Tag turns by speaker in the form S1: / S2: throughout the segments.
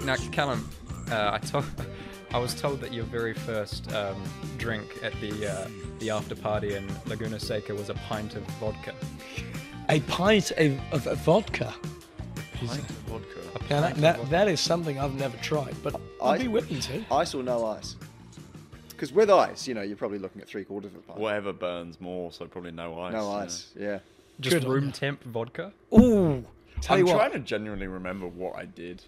S1: Now, Callum, uh, I told, I was told that your very first um, drink at the uh, the after party in Laguna Seca was a pint of vodka.
S2: A pint of, of, of vodka.
S3: Pint of vodka.
S2: Now that, that, that is something I've never tried, but I'll
S4: I-
S2: be whipping to.
S4: Ice or no ice? Because with ice, you know, you're probably looking at three quarters of a pint.
S3: Whatever burns more, so probably no ice.
S4: no
S3: yeah.
S4: ice. Yeah.
S1: Just
S2: Good on
S1: room
S2: ya.
S1: temp vodka.
S2: Ooh, tell
S3: I'm
S2: you
S3: trying
S2: what,
S3: to genuinely remember what I did.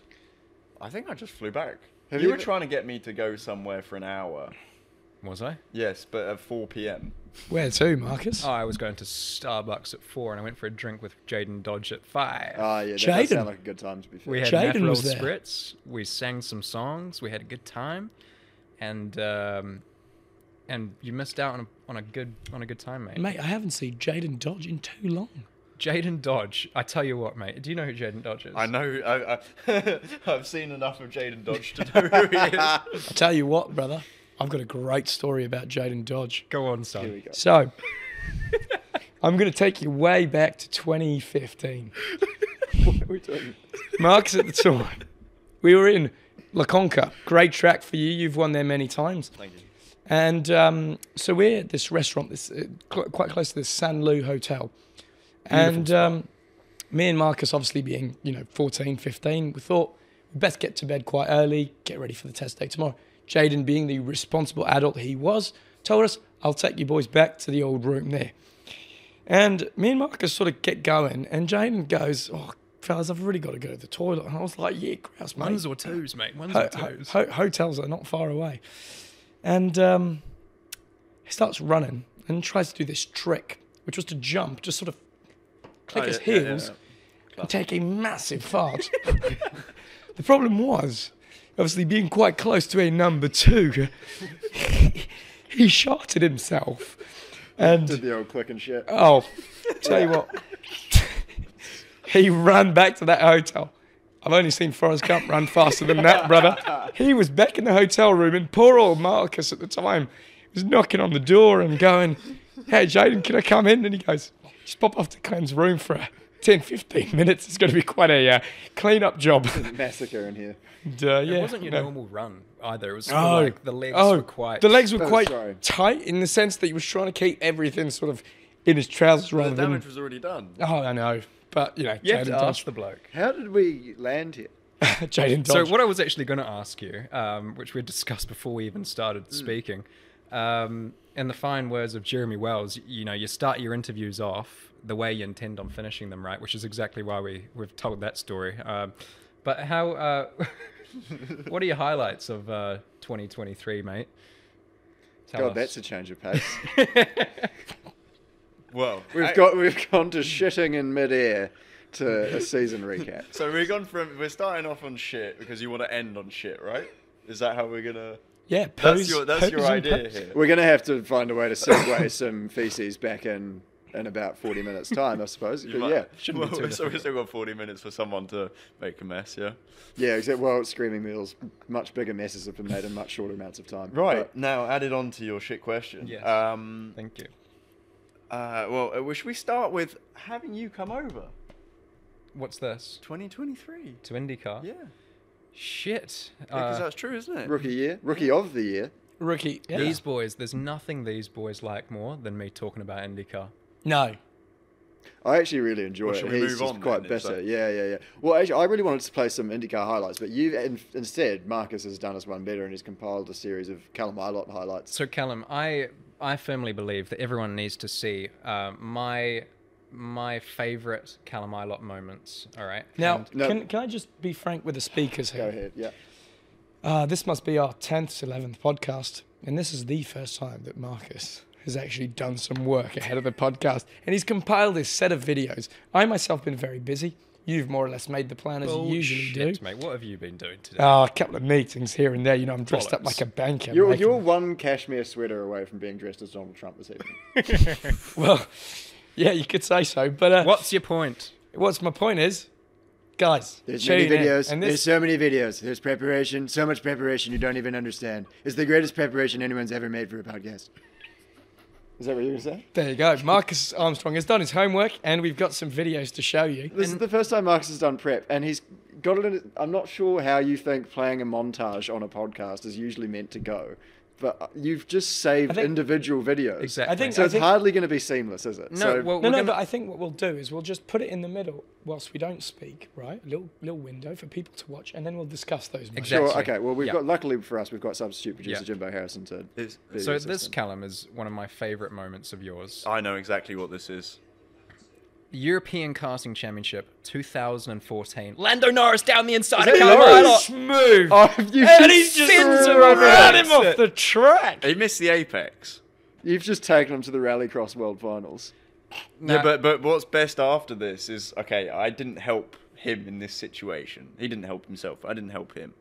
S3: I think I just flew back.
S4: Have
S3: you
S4: you
S3: were
S4: ever-
S3: trying to get me to go somewhere for an hour.
S1: Was I?
S3: Yes, but at 4 p.m.
S2: where to, Marcus?
S1: Oh, I was going to Starbucks at four, and I went for a drink with Jaden Dodge at five.
S4: Ah, yeah. That does
S2: Jaden.
S4: sound like a good time to be fair.
S1: we had
S2: Uh, Jaden
S1: Aperol
S2: was there.
S1: spritz. We sang some songs. We had a good time, and um, and you missed out on a, on a good on a good time, mate.
S2: Mate, I haven't seen Jaden Dodge in too long.
S1: Jaden Dodge. I tell you what, mate. Do you know who Jaden Dodge is?
S3: I know. I, I, I've seen enough of Jaden Dodge to know who he is.
S2: I tell you what, brother, I've got a great story about Jaden Dodge.
S1: Go on, son.
S4: Here we go.
S2: So, I'm going to take you way back to 2015.
S4: What are we doing?
S2: Marcus at the time, we were in La Conca. Great track for you. You've won there many times.
S3: Thank you.
S2: And um, so we're at this restaurant, this uh, cl- quite close to the San Lu Hotel. and um, me and Marcus, obviously being, you know, 14, 15, we thought we'd best get to bed quite early, get ready for the test day tomorrow. Jaden, being the responsible adult he was, told us, I'll take you boys back to the old room there. And me and Marcus sort of get going, and Jaden goes, Oh, fellas, I've really got to go to the toilet. And I was like, Yeah, grouse, mate
S1: Ones or twos, mate. Ones or
S2: ho- ho-
S1: twos.
S2: ho- hotels are not far away. And um, he starts running and tries to do this trick, which was to jump, just sort of click
S3: Oh,
S2: his
S3: yeah, yeah, yeah,
S2: heels
S3: yeah.
S2: and take a massive fart. the problem was, obviously, being quite close to a number two, he shot at himself. And
S4: Did the old click and shit.
S2: Oh, tell you what. he ran back to that hotel. I've only seen Forrest Gump run faster than that, brother. He was back in the hotel room, and poor old Marcus at the time was knocking on the door and going, Hey, Jaden, can I come in? And he goes, Just pop off to Clem's room for uh, 10, 15 minutes. It's going to be quite a uh, clean up job.
S4: Massacre in here.
S2: And, uh, yeah,
S1: It wasn't your
S2: no.
S1: normal run either. It was sort
S2: Oh,
S1: of like the legs
S2: oh,
S1: were quite.
S2: The legs were
S4: Oh,
S2: quite
S4: sorry.
S2: tight in the sense that he was trying to keep everything sort of in his trousers
S3: The
S2: rather than
S3: damage was already done.
S2: Oh, I know. But, you know,
S1: You have
S2: Jaden
S1: to ask
S2: Dodge.
S1: the bloke.
S4: How did we land here?
S2: Jaden
S1: So
S2: Dodge.
S1: what I was actually going to ask you, um, which we discussed before we even
S2: Mm.
S1: started speaking, um, in the fine words of Jeremy Wells, you know, you start your interviews off the way you intend on finishing them, right? Which is exactly why we we've told that story. Um, but how? Uh, what are your highlights of uh, 2023, mate? Tell
S4: God,
S1: us.
S4: that's a change of pace.
S3: Well,
S4: We've
S3: I-
S4: got we've gone to shitting in midair to a season recap.
S3: So we're gone from we're starting off on shit because you want to end on shit, right? Is that how we're gonna?
S2: yeah,
S3: That's
S2: pose-
S3: your that's your
S2: pose and
S3: idea
S2: pose.
S3: here.
S4: We're gonna have to find a way to segue some feces back in in about forty minutes time, I suppose.
S3: You
S4: But
S3: might-
S4: yeah,
S1: shouldn't be
S3: well,
S1: too
S3: so we still got 40 minutes for someone to make a mess, yeah.
S4: yeah. Except well, screaming meals, much bigger messes have been made in much shorter amounts of time. But
S3: now, added on to your shit question.
S1: Yes.
S3: Um.
S1: Thank you.
S3: Uh. Well, uh, should we start with having you come over?
S1: What's this
S3: 2023.
S1: to IndyCar?
S3: Yeah.
S1: Shit.
S3: Because
S1: Uh,
S3: that's true, isn't it?
S4: rookie year, rookie of the year.
S2: Rookie. Yeah.
S1: These boys, there's nothing these boys like more than me talking about IndyCar.
S2: No.
S4: I actually really enjoy
S3: Well,
S4: it.
S3: shall we
S4: He's
S3: move
S4: just
S3: on
S4: quite
S3: then, is
S4: bitter.
S3: that-
S4: Yeah, yeah, yeah. Well, actually, I really wanted to play some IndyCar highlights, but you in, instead, Marcus has done us one better and he's compiled a series of Callum Ilott highlights.
S1: So Callum, I I firmly believe that everyone needs to see uh, my my favorite Callum Ilott moments. All right.
S2: Now,
S4: No.
S2: Can, can I just be frank with the speakers
S4: Go
S2: here?
S4: ahead. Yeah.
S2: Uh, this must be our 10th, 11th podcast. And this is the first time that Marcus has actually done some work ahead of the podcast. And he's compiled this set of videos. I myself been very busy. You've more or less made the plan as you usually
S1: Bullshit,
S2: do.
S1: mate. What have you been doing today?
S2: Uh, a couple of meetings here and there. You know, I'm dressed up
S1: Bollocks.
S2: like a banker.
S4: You're,
S2: making-
S4: you're one cashmere sweater away from being dressed as Donald Trump this evening.
S2: Well, yeah, you could say so. But uh,
S1: What's your point?
S2: What's my point is, guys,
S4: There's
S2: tune
S4: many
S2: in.
S4: videos.
S2: And
S4: There's
S2: this,
S4: so many videos. There's preparation. So much preparation you don't even understand. It's the greatest preparation anyone's ever made for a podcast. Is that what you were saying?
S2: there you go. Marcus Armstrong has done his homework, and we've got some videos to show you.
S4: This is the first time Marcus has done prep, and he's
S5: got it. In, I'm not sure how you think playing a montage on a podcast is usually meant to go, but you've just saved
S2: think-
S5: individual videos.
S1: Exactly.
S2: I think-
S5: So it's hardly going to be seamless, is it?
S1: no,
S5: so,
S1: well,
S2: No,
S1: we're
S2: no,
S1: gonna-
S2: but I think what we'll do is we'll just put it in the middle whilst we don't speak, right? A little little window for people to watch, and then we'll discuss those. moments.
S1: Exactly.
S5: sure. Okay. Well, we've
S1: Yeah.
S5: got luckily for us, we've got substitute producer
S1: Yeah.
S5: Jimbo Harrison to.
S3: This-
S5: be
S1: so
S5: the
S1: this
S5: assistant.
S1: Callum is one of my favorite moments of
S2: Uh,
S1: yours.
S3: I know exactly what this is.
S1: European Casting Championship 2014. Lando Norris down the inside. of
S5: that
S1: Callum
S5: Norris?
S1: Rylock.
S2: Smooth.
S5: Oh, you
S2: and he's just
S1: sins him
S2: run
S1: over.
S2: him off the track.
S3: He missed the apex.
S5: You've just taken him to the Rallycross World Finals.
S1: Nah.
S3: Yeah, but but what's best after this is okay. I didn't help him in this situation. He didn't help himself. I didn't help him.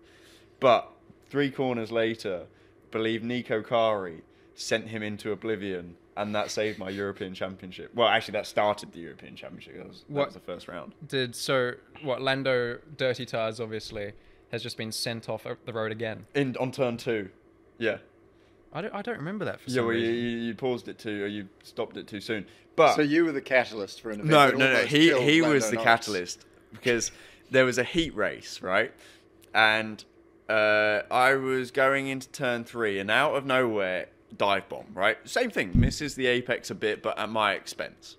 S3: But three corners later, believe Nico Kari sent him into oblivion, and that saved my European Championship. Well, actually, that started the European Championship. That was, that
S1: What-
S3: was the first round.
S1: did so what Lando Dirty Tires obviously has just been sent off o- the road again.
S3: In on turn two, yeah,
S1: I don't, I don't remember that for
S3: yeah.
S1: some
S3: Well, you,
S1: reason.
S3: you you paused it too, or you stopped it too soon. But
S5: So you were the catalyst for an event.
S3: Ah. No,
S5: that
S3: no, no.
S5: almost
S3: He
S5: killed
S3: he
S5: Lando
S3: was the
S5: Norris.
S3: catalyst because there was a heat race, right? And uh, I was going into turn three, and out of nowhere, dive bomb, right? Same thing, misses the apex a bit, but at my expense.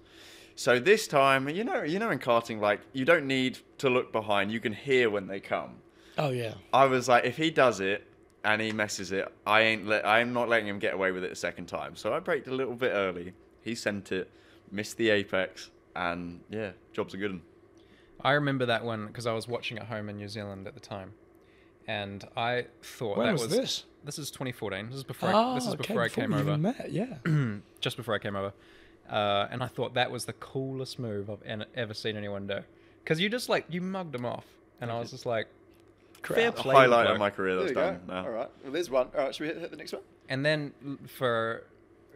S3: So this time, you know, you know, in karting, like you don't need to look behind; you can hear when they come.
S2: Oh yeah.
S3: I was like, if he does it and he messes it, I ain't let I'm not letting him get away with it a second time. So I braked a little bit early. He sent it, missed the apex, and yeah, job's a good one.
S1: I remember that one because I was watching at home in New Zealand at the time, and I thought
S2: When
S1: that
S2: was this?
S1: This is 2014. This is before.
S2: oh,
S1: I, this is
S2: okay,
S1: before I
S2: before
S1: came
S2: we
S1: over.
S2: Even met. Yeah.
S1: just before I came over, uh, and I thought that was the coolest move I've en- ever seen anyone do. Because you just like you mugged him off, and I was just like, fair
S2: Crap.
S1: play,
S3: Highlight
S1: bloke.
S3: of my career
S5: There
S3: that's
S5: you
S3: done.
S5: go.
S3: now.
S5: All right. Well, there's one. All right. Should we hit, hit the next one?
S1: And then l- for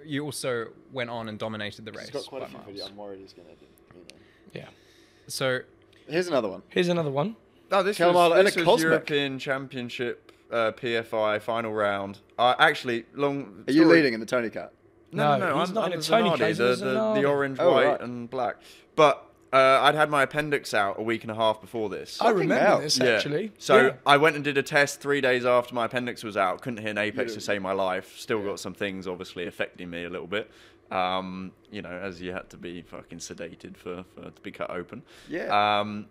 S1: you also went on and dominated the race.
S5: He's got quite a
S1: by
S5: few
S1: miles.
S5: videos. I'm worried he's going to do. You know.
S2: Yeah.
S1: So
S5: Here's another one.
S2: Here's another one.
S3: No, this
S5: Tell him I'll-
S3: was,
S5: and
S3: this
S5: a
S3: was
S5: cosmic.
S3: European Championship uh, PFI final round. Uh, actually, long.
S5: Are you
S3: story-
S5: leading in the Tony Cup?
S3: No,
S2: No,
S3: no, no
S2: he's
S3: I'm
S2: not
S3: not
S2: in
S3: in
S2: a Tony case,
S3: the,
S2: he's
S3: the,
S2: a
S3: the
S2: Zanardi.
S3: orange,
S5: Oh,
S3: white,
S5: right.
S3: and black. But uh, I'd had my appendix out a week and a half before this.
S2: I
S5: hell.
S2: remember this actually.
S3: So
S2: Yeah.
S3: I went and did a test three days after my appendix was out. Couldn't hit an apex
S5: Yeah.
S3: to save my life. Still got some things obviously affecting me a little bit. Um, you know, as you had to be fucking sedated for, for to be cut open.
S5: Yeah.
S3: Um,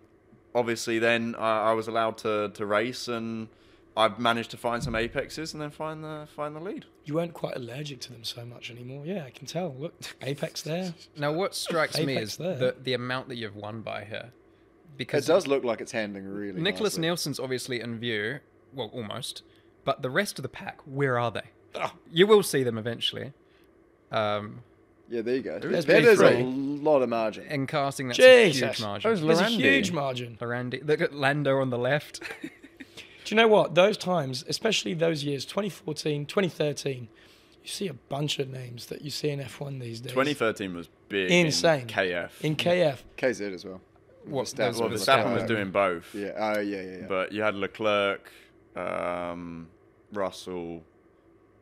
S3: obviously, then I, I was allowed to, to race, and I managed to find some apexes, and then find the find the lead.
S2: you weren't quite allergic to them so much anymore. Yeah, I can tell. Look, Apex there.
S1: now what strikes me
S2: Apex
S1: is
S2: there.
S1: the the amount that you've won by here,
S5: It
S1: because
S5: does look like it's handling really.
S1: Nicholas
S5: nicely.
S1: Nielsen's obviously in view, well almost, but the rest of the pack, where are they?
S5: Ah.
S1: You will see them eventually. Um,
S5: Yeah, there you go.
S2: is
S5: that
S2: pretty
S5: is a
S2: free.
S5: lot of margin.
S1: in casting, that's a
S2: Jesus,
S1: huge margin.
S2: That was a
S1: There's a
S2: huge margin.
S1: Lorandi. Look at Lando on the left.
S2: Do you know what? Those times, especially those years, 2014, 2013, you see a bunch of names that you see in F1 these days.
S3: 2013 was big. in
S2: Insane.
S3: KF.
S2: In KF.
S5: KZ as well.
S1: What,
S5: Verstappen
S1: those
S3: well,
S1: were the
S3: Verstappen
S1: Stabber.
S3: was doing both.
S5: Yeah. Oh yeah, yeah, yeah.
S3: But you had Leclerc, um, Russell.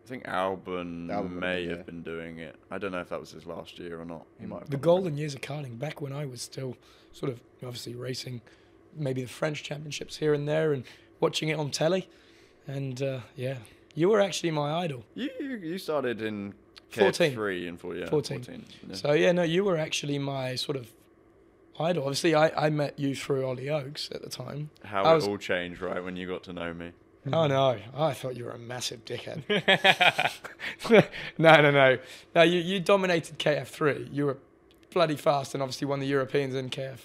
S3: I think Albon,
S5: Albon would be,
S3: may
S5: yeah. Mm.
S3: have been doing it. I don't know if that was his last year or not. He might. Have
S2: The
S3: done it.
S2: golden years of karting, back when I was still sort of obviously racing maybe the French championships here and there and watching it on telly. And uh, yeah, you were actually my idol.
S3: You you, you started in
S2: 14.
S3: three and four. Yeah,
S2: 14.
S3: 14. yeah.
S2: So yeah, no, you were actually my sort of idol. Obviously, I, I met you through Ollie Oaks at the time.
S3: How
S2: I
S3: it
S2: was-
S3: all changed, right? When you got to know me.
S2: Oh no, I thought you were a massive dickhead. no, no, no, no. You you dominated KF three. You were bloody fast, and obviously won the Europeans in KF.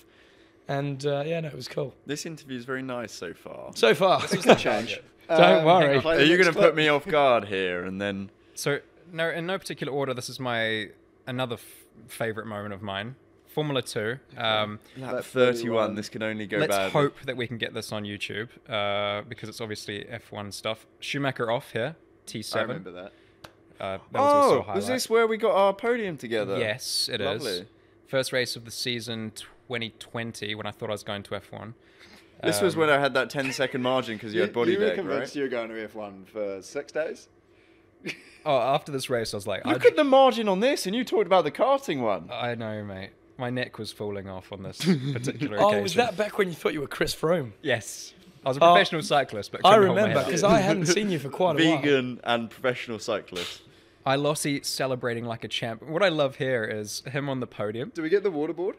S2: And uh, yeah, no, it was cool
S3: This interview is very nice so far.
S2: so far.
S5: change. Um,
S2: Don't worry.
S5: play the
S3: Are you
S5: next
S3: going to
S5: clip.
S3: put me off guard here and then?
S1: So, no, in no particular order, this is my another f- favorite moment of mine. Formula Two. Um,
S3: Lap
S5: 31.
S3: 31. This can only go
S1: let's
S3: badly.
S1: hope that we can get this on YouTube uh, because it's obviously F1 stuff. Schumacher off here, T7.
S3: I remember that.
S1: Uh, that was also a
S3: Oh,
S1: highlight.
S3: was this where we got our podium together?
S1: Yes, it is.
S3: Lovely.
S1: First race of the season 2020 when I thought I was going to F1.
S3: This was
S1: Um,
S3: when I had that 10 second margin because you,
S5: You,
S3: had body
S5: you were
S3: deck,
S5: convinced
S3: right?
S5: you were going to F1 for six days.
S1: Oh, after this race, I was like, I,
S3: Look at the margin on this, and you talked about the karting one.
S1: I know, mate. my neck was falling off on this particular
S2: Oh,
S1: occasion.
S2: was that back when you thought you were Chris Froome?
S1: Yes. I was a
S2: Oh,
S1: professional cyclist, but
S2: I
S1: couldn't hold my head
S2: remember
S1: up.
S2: because I hadn't seen you for quite a while.
S3: Vegan and professional cyclist.
S1: I Lossie celebrating like a champ. What I love here is him on the podium.
S5: Do we get the waterboard?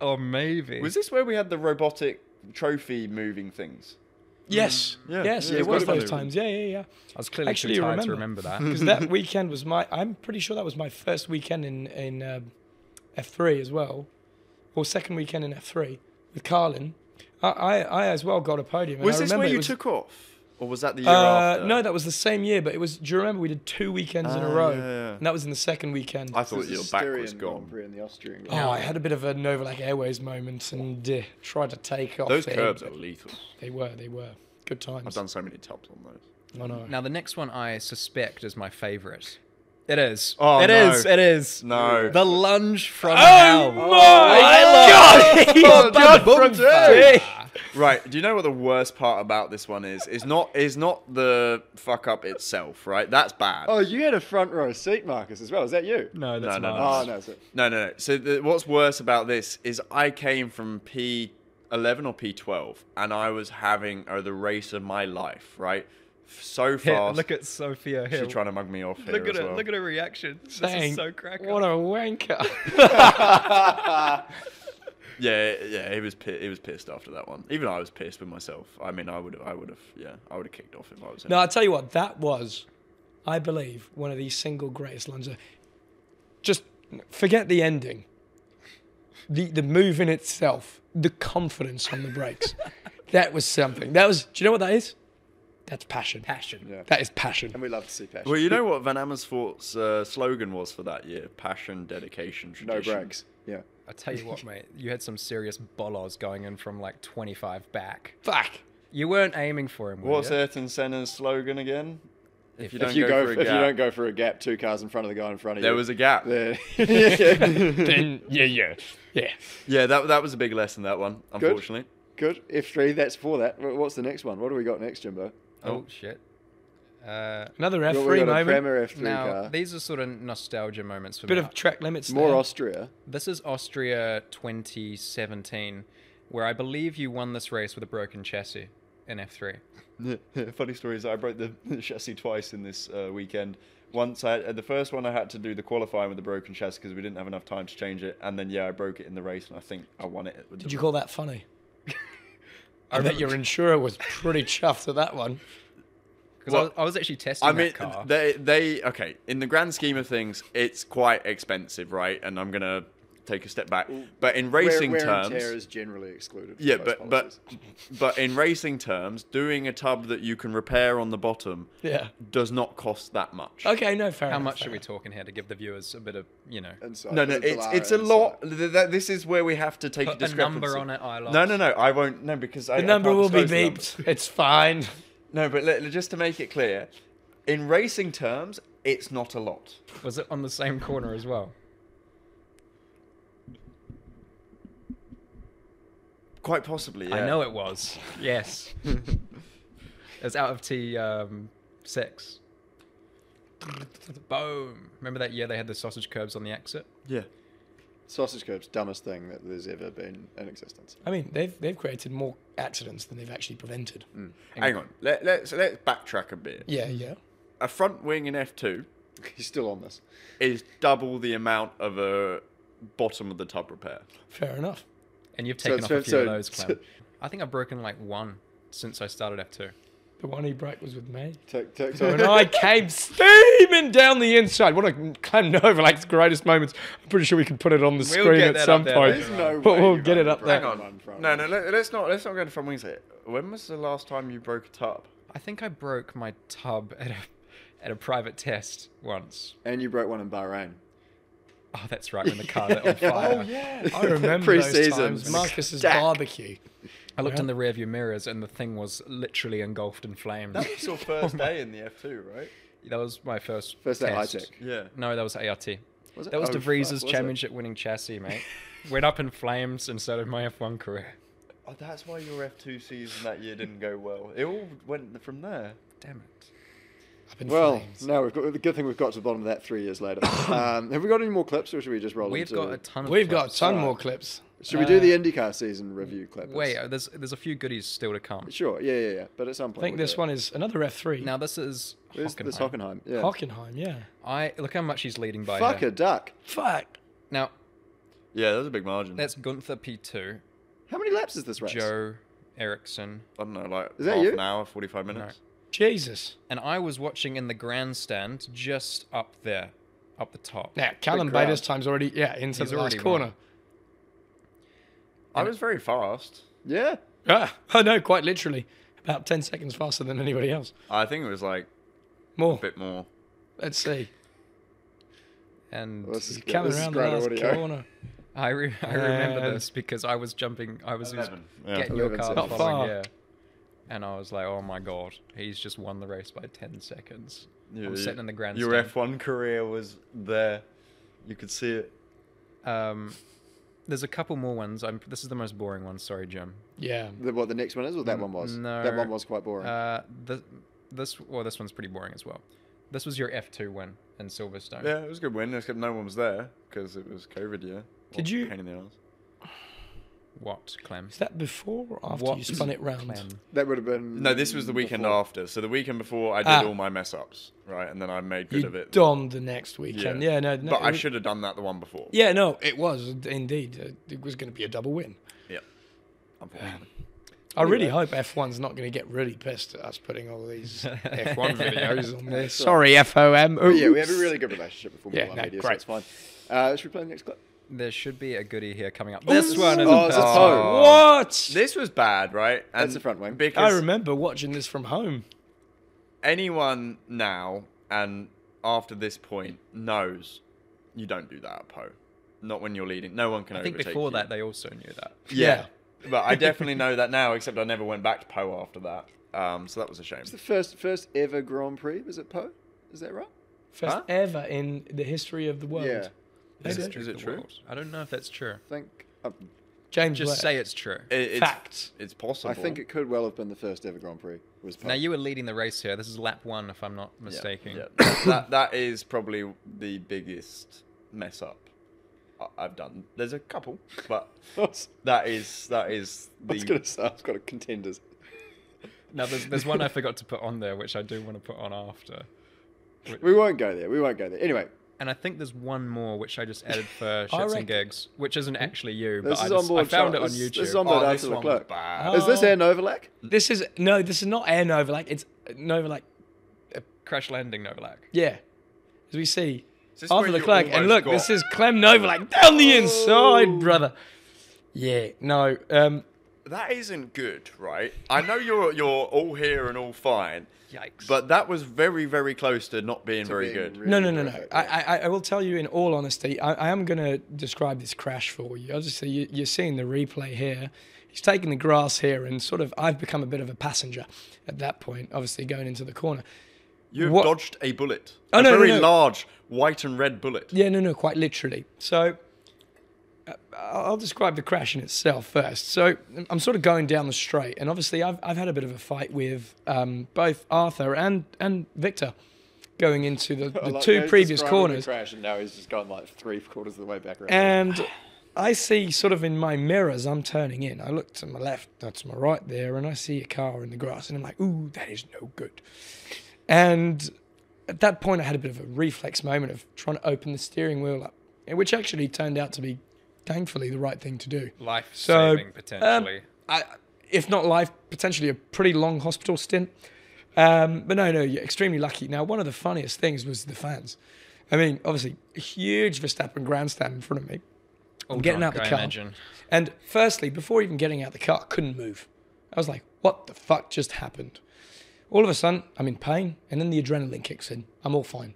S1: Or maybe
S3: Was this where we had the robotic trophy moving things?
S2: Yes.
S3: Yeah,
S2: yes,
S3: yeah,
S2: it
S3: it
S2: was
S3: was
S2: those
S3: Vegan.
S2: times. Yeah, yeah, yeah.
S1: I was clearly
S2: Actually,
S1: too tired to remember
S2: remember.
S1: that.
S2: Because that weekend was my. I'm pretty sure that was my first weekend in in um F3 as well, or second weekend in F3 with Carlin. I I, I as well got a podium. and
S3: Was
S2: I
S3: this
S2: remember
S3: where
S2: it
S3: you
S2: was-
S3: took off, or was that the year
S2: Uh,
S3: after?
S2: no, that was the same year, but it was. Do you remember we did two weekends in a
S3: Ah,
S2: row,
S3: yeah, yeah.
S2: and that was in the second weekend.
S3: I thought your back was gone.
S5: In the Austrian
S2: Oh, I had a bit of a Novak Airways moment and uh, tried to take off.
S3: Those
S2: there,
S3: curbs are
S2: but
S3: lethal.
S2: They were, they were. Good times.
S3: I've done so many tubs on those.
S2: I know.
S1: Now the next one I suspect is my favorite. It is.
S3: Oh,
S1: It
S3: no.
S1: is. It is.
S3: No.
S1: The lunge from
S2: Oh
S1: hell.
S2: my god!
S3: God from
S1: Hey.
S3: Right. Do you know what the worst part about this one is? Is not is not the fuck up itself, right? That's bad.
S5: Oh, you had a front row seat, Marcus, as well. Is that you?
S1: No, that's
S3: No, no,
S1: mine.
S5: Oh
S3: no.
S5: no, sorry.
S3: No, no, no. So the, what's worse about this is I came from P11 or P12, and I was having uh, the race of my life, right? F- So fast.
S1: Here, look at Sophia here.
S3: She's trying to mug me off here
S1: look at
S3: as
S1: her.
S3: well.
S1: Look at her reaction. this
S2: Dang,
S1: is so cracker.
S2: What a wanker.
S3: Yeah, yeah. He was pi- he was pissed after that one. Even I was pissed with myself. I mean, I would have, I would have, yeah, I would have kicked off if I was him.
S2: no, I'll tell you what, that was, I believe, one of the single greatest lunges. Just forget the ending. The the move in itself, the confidence on the brakes. that was something. That was do you know what that is? That's passion.
S1: passion.
S2: That is passion.
S5: And we love to see passion.
S3: Well, you know what Van Amersfoort's uh, slogan was for that year: passion, dedication,
S5: no
S3: tradition.
S5: breaks. Yeah.
S1: I tell you what, mate. You had some serious bollards going in from like 25 back.
S2: Fuck.
S1: You weren't aiming for him. Were
S3: What's
S1: you?
S3: Ayrton Senna's slogan again? If, you don't
S5: If you
S3: go,
S5: go,
S3: for a
S5: if you
S3: gap.
S5: don't go for a gap, two cars in front of the guy in front of
S3: there
S5: you.
S3: was a gap.
S5: There.
S2: Then yeah, yeah. Yeah.
S3: Yeah, that that was a big lesson. That one, unfortunately.
S5: Good. F three. That's for that. Wh- What's the next one? What do we got next, Jimbo?
S1: Oh shit. Uh,
S2: Another
S5: We got-
S2: F3
S5: we got a
S2: moment.
S5: Premier F three
S1: now
S5: car.
S1: these are sort of nostalgia moments for
S2: Bit
S1: me.
S2: of track limits.
S5: More
S2: there.
S5: Austria.
S1: This is Austria 2017, where I believe you won this race with a broken chassis in F3.
S3: Funny story is I broke the chassis twice in this uh, weekend. Once I uh, the first one I had to do the qualifying with the broken chassis because we didn't have enough time to change it, and then yeah, I broke it in the race, and I think I won it. With the-
S2: Did you call that funny? I bet your insurer was pretty chuffed at that one.
S1: Because I,
S3: Well,
S1: was, I was actually testing
S3: I mean,
S1: that car.
S3: they they okay. In the grand scheme of things, it's quite expensive, right? And I'm gonna take a step back, but in racing
S5: wear, wear
S3: terms,
S5: and tear is generally excluded. from
S3: Yeah,
S5: most
S3: but but
S5: policies.
S3: but in racing terms, doing a tub that you can repair on the bottom
S2: Yeah.
S3: does not cost that much.
S2: Okay, no, fair
S1: How
S2: enough,
S1: much
S2: fair
S1: are we
S2: enough.
S1: talking here to give the viewers a bit of, you know,
S5: Inside,
S3: No, no,
S5: Villa
S3: it's
S5: Lara
S3: it's a
S5: inside.
S3: lot. Th- th- This is where we have to take
S1: put
S3: a
S1: a
S3: discrepancy.
S1: number on it, I lost.
S3: No, no, no. I won't. No, because I,
S2: The number will be
S3: beeped.
S2: beeped. It's fine.
S3: No, but let, just to make it clear, in racing terms, it's not a lot.
S1: Was it on the same corner as well?
S3: Quite possibly. Yeah.
S1: I know it was. Yes. it's out of T um, six. Boom. Remember that year they had the sausage curbs on the exit?
S3: Yeah.
S5: Sausage curbs, dumbest thing that there's ever been in existence.
S2: I mean, they've they've created more accidents than they've actually prevented.
S3: Hang on. Let, let's let's backtrack a bit.
S2: Yeah, yeah.
S3: A front wing in F two
S5: He's still on this.
S3: is double the amount of a bottom of the tub repair.
S2: Fair enough.
S1: And you've
S5: So it's
S1: taken off a
S5: fair-
S1: few
S5: so-
S1: of those,
S5: so-
S1: Clem. I think I've broken like one since I started F2.
S2: The one he broke was with me.
S5: Tick, tick,
S2: When
S5: tick.
S2: I came steaming down the inside, one of Clem Novak's greatest moments. I'm pretty sure we can put it on the
S1: We'll
S2: screen
S1: get
S2: at
S1: that
S2: some
S1: up there
S2: point.
S1: later.
S5: There's no
S2: But
S5: way
S2: we'll
S5: you
S2: get it
S5: run
S2: up
S5: the
S2: there.
S3: Hang
S5: front
S3: on.
S5: front
S3: No,
S5: row.
S3: no, let, us not let's not go to front wings here. When was the last time you broke a tub?
S1: I think I broke my tub at a at a private test once.
S5: And you broke one in Bahrain.
S1: Oh, that's right, when the car
S5: Oh,
S1: lit on fire.
S2: Oh, Yeah, I remember those
S5: Pre-season.
S2: times. Marcus's
S5: Stack.
S2: barbecue.
S1: I looked in the rearview mirrors and the thing was literally engulfed in flames.
S3: That was your first day in the F2, right?
S1: that was my first
S5: First day high
S1: test.
S5: tech.
S3: Yeah.
S1: No, that was ART.
S5: Was it?
S1: That was
S5: Oh,
S1: De
S5: fuck,
S1: Vries'
S5: was it?
S1: championship winning chassis, mate. Went up in flames and started my F1 career.
S3: Oh, that's why your F2 season that year didn't go well. It all went from there.
S1: Damn it.
S2: up in
S4: Well,
S2: flames.
S4: no, we've got the good thing we've got to the bottom of that three years later. um, have we got any more clips, or should we just roll
S1: We've
S4: into?
S1: got a ton of.
S2: We've got
S1: clips.
S2: a ton more clips.
S4: should we do the IndyCar season review clip?
S1: Wait, uh, there's there's a few goodies still to come.
S4: Sure. Yeah, yeah, yeah. But at some point,
S2: I think
S4: we'll
S2: this
S4: do it.
S2: one is another F3.
S1: Now this is
S4: Where's
S1: Hockenheim.
S4: this Hockenheim? Yeah.
S2: Hockenheim, yeah.
S1: I look how much he's leading by.
S4: Fuck
S1: here.
S4: a duck.
S2: Fuck.
S1: Now
S3: Yeah, that's a big margin.
S1: that's Gunther P two,
S4: How many laps is this race?
S1: Joe Erickson,
S3: I don't know, like
S4: Is that
S3: half
S4: you?
S3: an hour, forty-five minutes.
S2: Jesus.
S1: and I was watching in the grandstand just up there, up the top.
S2: Now, Callum by
S4: crowd.
S2: this time's already, yeah, into
S1: He's
S2: the last
S1: already won.
S2: corner.
S3: I was very fast.
S4: Yeah.
S2: Ah, oh no, quite literally. About 10 seconds faster than anybody else.
S3: I think it was like
S2: More.
S3: a bit more.
S2: Let's see.
S1: And
S4: Well, this is good.
S2: Coming
S4: This is
S2: around the
S4: great
S2: last
S4: audio.
S2: corner.
S1: I, re- I remember
S2: And-
S1: this because I was jumping. I was, was
S3: Yeah.
S1: getting your
S4: 11
S1: car the
S4: seconds.
S2: Not
S1: following
S2: far.
S1: year, and I was like, "Oh my god, he's just won the race by ten seconds."
S3: Yeah,
S1: I'm
S3: yeah.
S1: sitting in the grandstand.
S3: Your F1 career was there. You could see it.
S1: Um, there's a couple more ones. I'm, this is the most boring one. Sorry, Jim.
S2: Yeah.
S4: The, what the next one is, or that one was?
S1: no.
S4: That one was quite boring.
S1: Uh, the, this well, this one's pretty boring as well. This was your F2 win in Silverstone.
S3: Yeah, it was a good win. Except no one was there because it was COVID. Yeah.
S2: Did
S3: Well,
S2: you-
S3: Pain in the ass.
S1: What, Clem?
S2: Is that before or after
S1: what,
S2: you spun it round?
S1: Clem?
S4: that would have been.
S3: No, this was the weekend
S4: before.
S3: after. So the weekend before, I did
S2: Ah.
S3: all my mess ups, right, and then I made good
S2: You
S3: of it.
S2: donned the next weekend. Yeah, no. no
S3: but
S2: it
S3: I
S2: was-
S3: should have done that the one before.
S2: Yeah, no, it was indeed. It- It was going to be a double win.
S3: Yeah. Unfortunately.
S2: I really hope F1's not going to get really pissed at us putting all these F1 videos on there. Sorry, FOM.
S4: But Oh, yeah, we have a really good relationship with Formula
S2: Yeah,
S4: One
S2: no,
S4: media,
S2: great.
S4: so it's fine. Uh, should we play the next clip?
S1: There should be a goodie here coming up. This one is
S4: Oh, it's a toe.
S2: What?
S3: This was bad, right? And
S4: the front wing.
S2: I
S3: Because
S2: remember watching this from home.
S3: anyone now and after this point knows you don't do that at Poe. Not when you're leading. No one can
S1: I think
S3: overtake
S1: before
S3: you.
S1: that they also knew that.
S3: Yeah. but I definitely know that now, except I never went back to Poe after that. Um, so that was a shame.
S4: It's the first first ever Grand Prix. Was it Po? Is that right?
S2: First
S3: Huh?
S2: ever in the history of the world.
S4: Yeah.
S2: Is
S1: This
S2: it?
S1: true
S3: Is
S1: for
S3: it
S1: the
S3: true?
S1: world. I don't know if that's true.
S4: I think. uh, I,
S2: James
S1: Just
S2: Blair.
S1: say it's true.
S3: It- it's,
S2: Facts.
S3: It's possible.
S4: I think it could well have been the first ever Grand Prix. Was Po.
S1: Now you were leading the race here. This is lap one, if I'm not
S3: Yeah,
S1: mistaken.
S3: yeah. That- that that is probably the biggest mess up I- I've done. There's a couple, but
S4: I was,
S3: that is that is
S4: I
S3: the
S4: was gonna say I've got a contenders.
S1: Now there's, there's one I forgot to put on there, which I do want to put on after.
S4: We won't go there. We won't go there. Anyway,
S1: And I think there's one more which I just added for
S2: I
S1: shits
S2: reckon-
S1: and gigs, which isn't actually you, but
S4: This
S1: I,
S4: is
S1: just-
S4: on board
S1: I found
S4: chart.
S1: it on
S4: This-
S1: YouTube.
S4: this is on-
S3: Oh,
S4: Down
S3: this
S4: to the
S3: one was
S4: clock.
S3: bad.
S4: is this
S2: Oh.
S4: Anne Overlack?
S2: This is no, this is not air Novak. It's Novak.
S1: Crash landing Novak.
S2: Yeah, as we see
S3: this where
S2: after
S3: you
S2: the clock, and
S3: almost
S2: look,
S3: got- Oh.
S2: this is Clem Novak down the inside, brother. Yeah, no, um,
S3: That isn't good, right? I know you're you're all here and all fine,
S1: Yikes.
S3: but that was very very close to not being very
S4: being
S3: good.
S4: really-
S2: no, no, no, no.
S4: Perfect,
S2: I, I, I will tell you in all honesty, I, I am going to describe this crash for you. Obviously, you, you're seeing the replay here. He's taking the grass here, and sort of, I've become a bit of a passenger at that point. Obviously, going into the corner.
S3: You've
S2: What-
S3: dodged a bullet,
S2: Oh,
S3: a
S2: no, no,
S3: very
S2: no.
S3: large white and red bullet.
S2: Yeah, no, no, quite literally. So uh, I'll describe the crash in itself first. So I'm sort of going down the straight, and obviously I've, I've had a bit of a fight with um, both Arthur and, and Victor going into the, the
S4: Like,
S2: two
S4: he's
S2: previous
S4: describing the
S2: corners.
S4: Crash, and now he's just gone like three quarters of the way back around.
S2: And I see sort of in my mirror as I'm turning in, I look to my left, uh, to my right there, and I see a car in the grass, and I'm like, ooh, that is no good. And at that point, I had a bit of a reflex moment of trying to open the steering wheel up, eh, which actually turned out to be, thankfully, the right thing to do.
S1: Life
S2: So,
S1: saving
S2: um,
S1: potentially.
S2: I, if not life, potentially a pretty long hospital stint. Um, but no, no, you're extremely lucky. Now, one of the funniest things was the fans. I mean, obviously, a huge Verstappen grandstand in front of me.
S1: All
S2: getting
S1: drunk,
S2: out the
S1: I
S2: car.
S1: imagine.
S2: And firstly, before even getting out the car, I couldn't move. I was like, what the fuck just happened? All of a sudden, I'm in pain, and then the adrenaline kicks in. I'm all fine.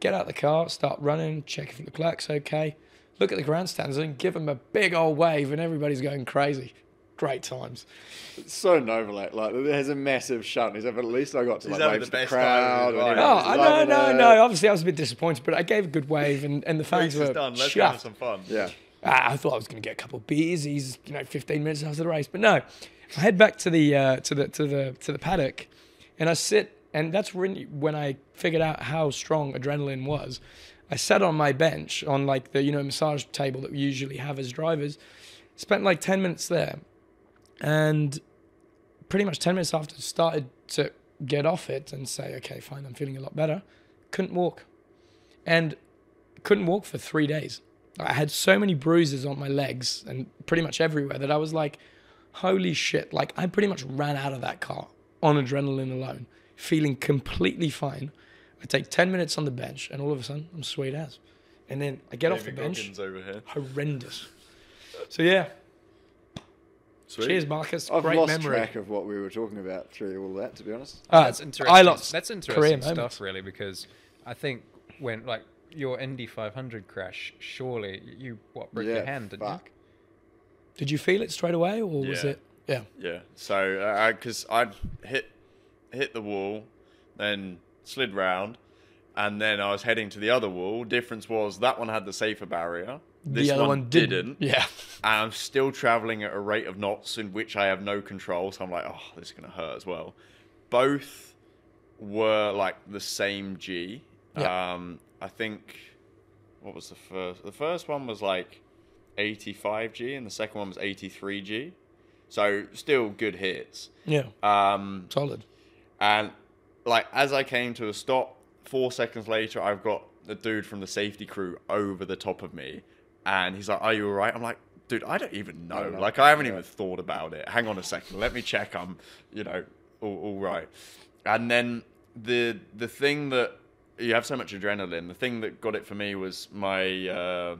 S2: Get out the car, start running, check if the clerk's okay, look at the grandstands and give them a big old wave, and everybody's going crazy. Great times.
S4: so Novalate, like there's a massive shut. and He's like, but at least I got to like
S3: having
S4: wave
S3: the
S4: to the
S3: best
S4: crowd.
S3: time,
S4: and uh,
S3: right.
S4: everyone
S2: Oh,
S4: was
S2: I, no,
S4: loving
S2: no,
S4: it.
S2: no. Obviously, I was a bit disappointed, but I gave a good wave, and, and the fans
S3: uh, Race is
S2: were
S3: done. Let's go have
S2: chuffed.
S3: some fun.
S4: Yeah.
S2: Ah, I thought I was going to get a couple of beers. He's you know 15 minutes after the race, but no. I head back to the uh, to the to the to the paddock, and I sit And that's really when I figured out how strong adrenaline was. I sat on my bench on like the you know massage table that we usually have as drivers. Spent like ten minutes there, and pretty much ten minutes after started to get off it and say, okay, fine, I'm feeling a lot better. Couldn't walk, and couldn't walk for three days. I had so many bruises on my legs and pretty much everywhere that I was like, holy shit! Like I pretty much ran out of that car on adrenaline alone, feeling completely fine. I take 10 minutes on the bench, and all of a sudden, I'm sweet as. And then I get off the
S3: David
S2: bench,
S3: Goggins over here.
S2: horrendous. So, yeah,
S3: Sweet.
S2: cheers, Marcus.
S4: I've
S2: Great
S4: lost
S2: memory.
S4: track of what we were talking about through all that, to be honest.
S2: Uh,
S1: that's interesting.
S2: I lost
S1: that's
S2: career
S1: interesting stuff,
S2: moments.
S1: really, because I think when like your Indy 500 crash, surely you what broke
S4: Yeah,
S1: your hand, didn't
S4: fuck.
S2: Did you feel it straight away, or was
S3: Yeah.
S2: it? Yeah.
S3: Yeah. So, uh, because I'd hit hit the wall, then slid round, and then I was heading to the other wall. Difference was that one had the safer barrier. This
S2: the other one, didn't. Yeah.
S3: And I'm still traveling at a rate of knots in which I have no control. So I'm like, oh, this is going to hurt as well. Both were like the same G.
S2: Yeah.
S3: Um, I think, what was the first? The first one was like 85G and the second one was 83G. So still good hits.
S2: Yeah.
S3: Um,
S2: Solid.
S3: and like as I came to a stop, four seconds later, I've got the dude from the safety crew over the top of me, and he's like, "Are you alright?" I'm like, "Dude, I don't even know.
S4: know.
S3: Like, I haven't
S4: Yeah.
S3: even thought about it. Hang on a second. Let me check. I'm, you know, all, all right." And then the the thing that you have so much adrenaline. The thing that got it for me was my uh,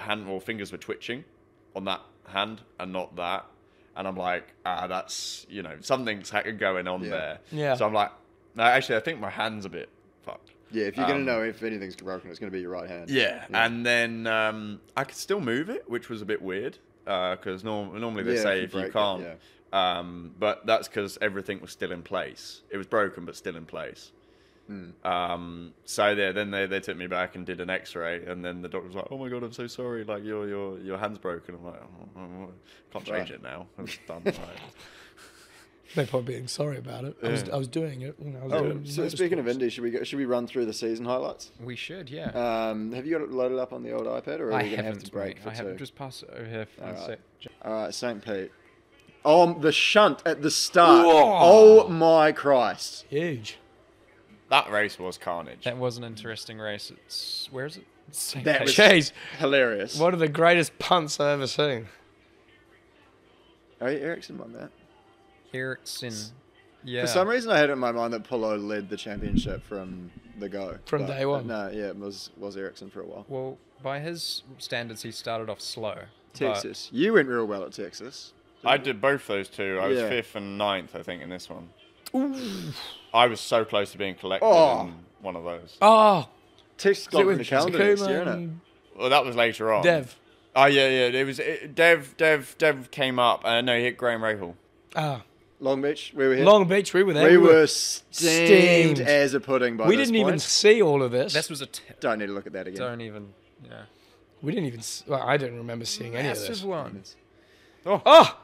S3: hand or fingers were twitching on that hand and not that. And I'm like, ah, that's you know something's ha- going on
S4: Yeah.
S3: there.
S2: Yeah.
S3: So I'm like, no, actually, I think my hand's a bit fucked.
S4: Yeah, if you're going
S3: Um,
S4: to know if anything's broken, it's going to be your right hand.
S3: Yeah. And then um, I could still move it, which was a bit weird because norm- normally they
S4: Yeah, if
S3: say
S4: you
S3: if you,
S4: break it,
S3: can't.
S4: yeah.
S3: Um, but that's because everything was still in place. It was broken, but still in place.
S4: Hmm.
S3: Um, so yeah, then they, they took me back and did an X-ray, and then the doctor was like, "Oh my god, I'm so sorry. Like your your your hand's broken." I'm like, oh, oh, oh, "Can't change
S4: Right.
S3: it now. It's done." Right.
S2: They're probably being sorry about it. I, was, I was doing it. You know, I was
S4: Oh,
S2: doing
S4: so speaking of
S2: motorsports.
S4: Indy, should we go, should we run through the season highlights?
S1: we? We should, yeah.
S4: Um, have you got it loaded up on the old iPad, or are
S1: I
S4: we going to
S1: haven't.
S4: have to break
S1: mate.
S4: for
S1: I haven't.
S4: two?
S1: Just pass it over here for one
S4: Alright.
S1: sec.
S4: All right, St. Pete. Oh, the shunt at the start.
S2: Whoa.
S4: Oh my Christ!
S2: Huge.
S3: that race was carnage.
S1: That was an interesting race. It's where is it? Saint Pete.
S4: That was-
S2: Jeez,
S4: Hilarious.
S2: one of the greatest punts I've ever seen.
S4: Oh, yeah, Ericsson won that.
S1: Ericsson. Yeah.
S4: For some reason, I had it in my mind that Polo led the championship from the go.
S2: From
S4: but-
S2: day one.
S4: No, yeah, it was was Ericsson for a while.
S1: Well, by his standards, he started off slow. but-
S4: Texas, you went real well at Texas.
S3: I did both those two. I was
S4: Yeah.
S3: fifth and ninth, I think, in this one. I was so close to being collected
S4: Oh.
S3: in one of those.
S2: Oh,
S4: Texas
S2: was
S4: got in the calendar next year, innit?
S2: and
S3: Well, that was later on.
S2: Dev.
S3: Oh yeah, yeah. It was it, Dev. Dev. Dev came up. Uh, no, he hit Graham Rahal.
S2: Ah,
S4: Long Beach, we were here.
S2: Long Beach, we were there.
S4: we were steamed,
S2: steamed.
S4: as a pudding by
S2: We
S4: this
S2: didn't
S4: point.
S2: even see all of this.
S1: This was a. T-
S4: Don't need to look at that again.
S1: don't even. Yeah.
S2: we didn't even. s- Well, I don't remember seeing any of
S1: Massive
S2: this.
S1: one.
S2: Oh,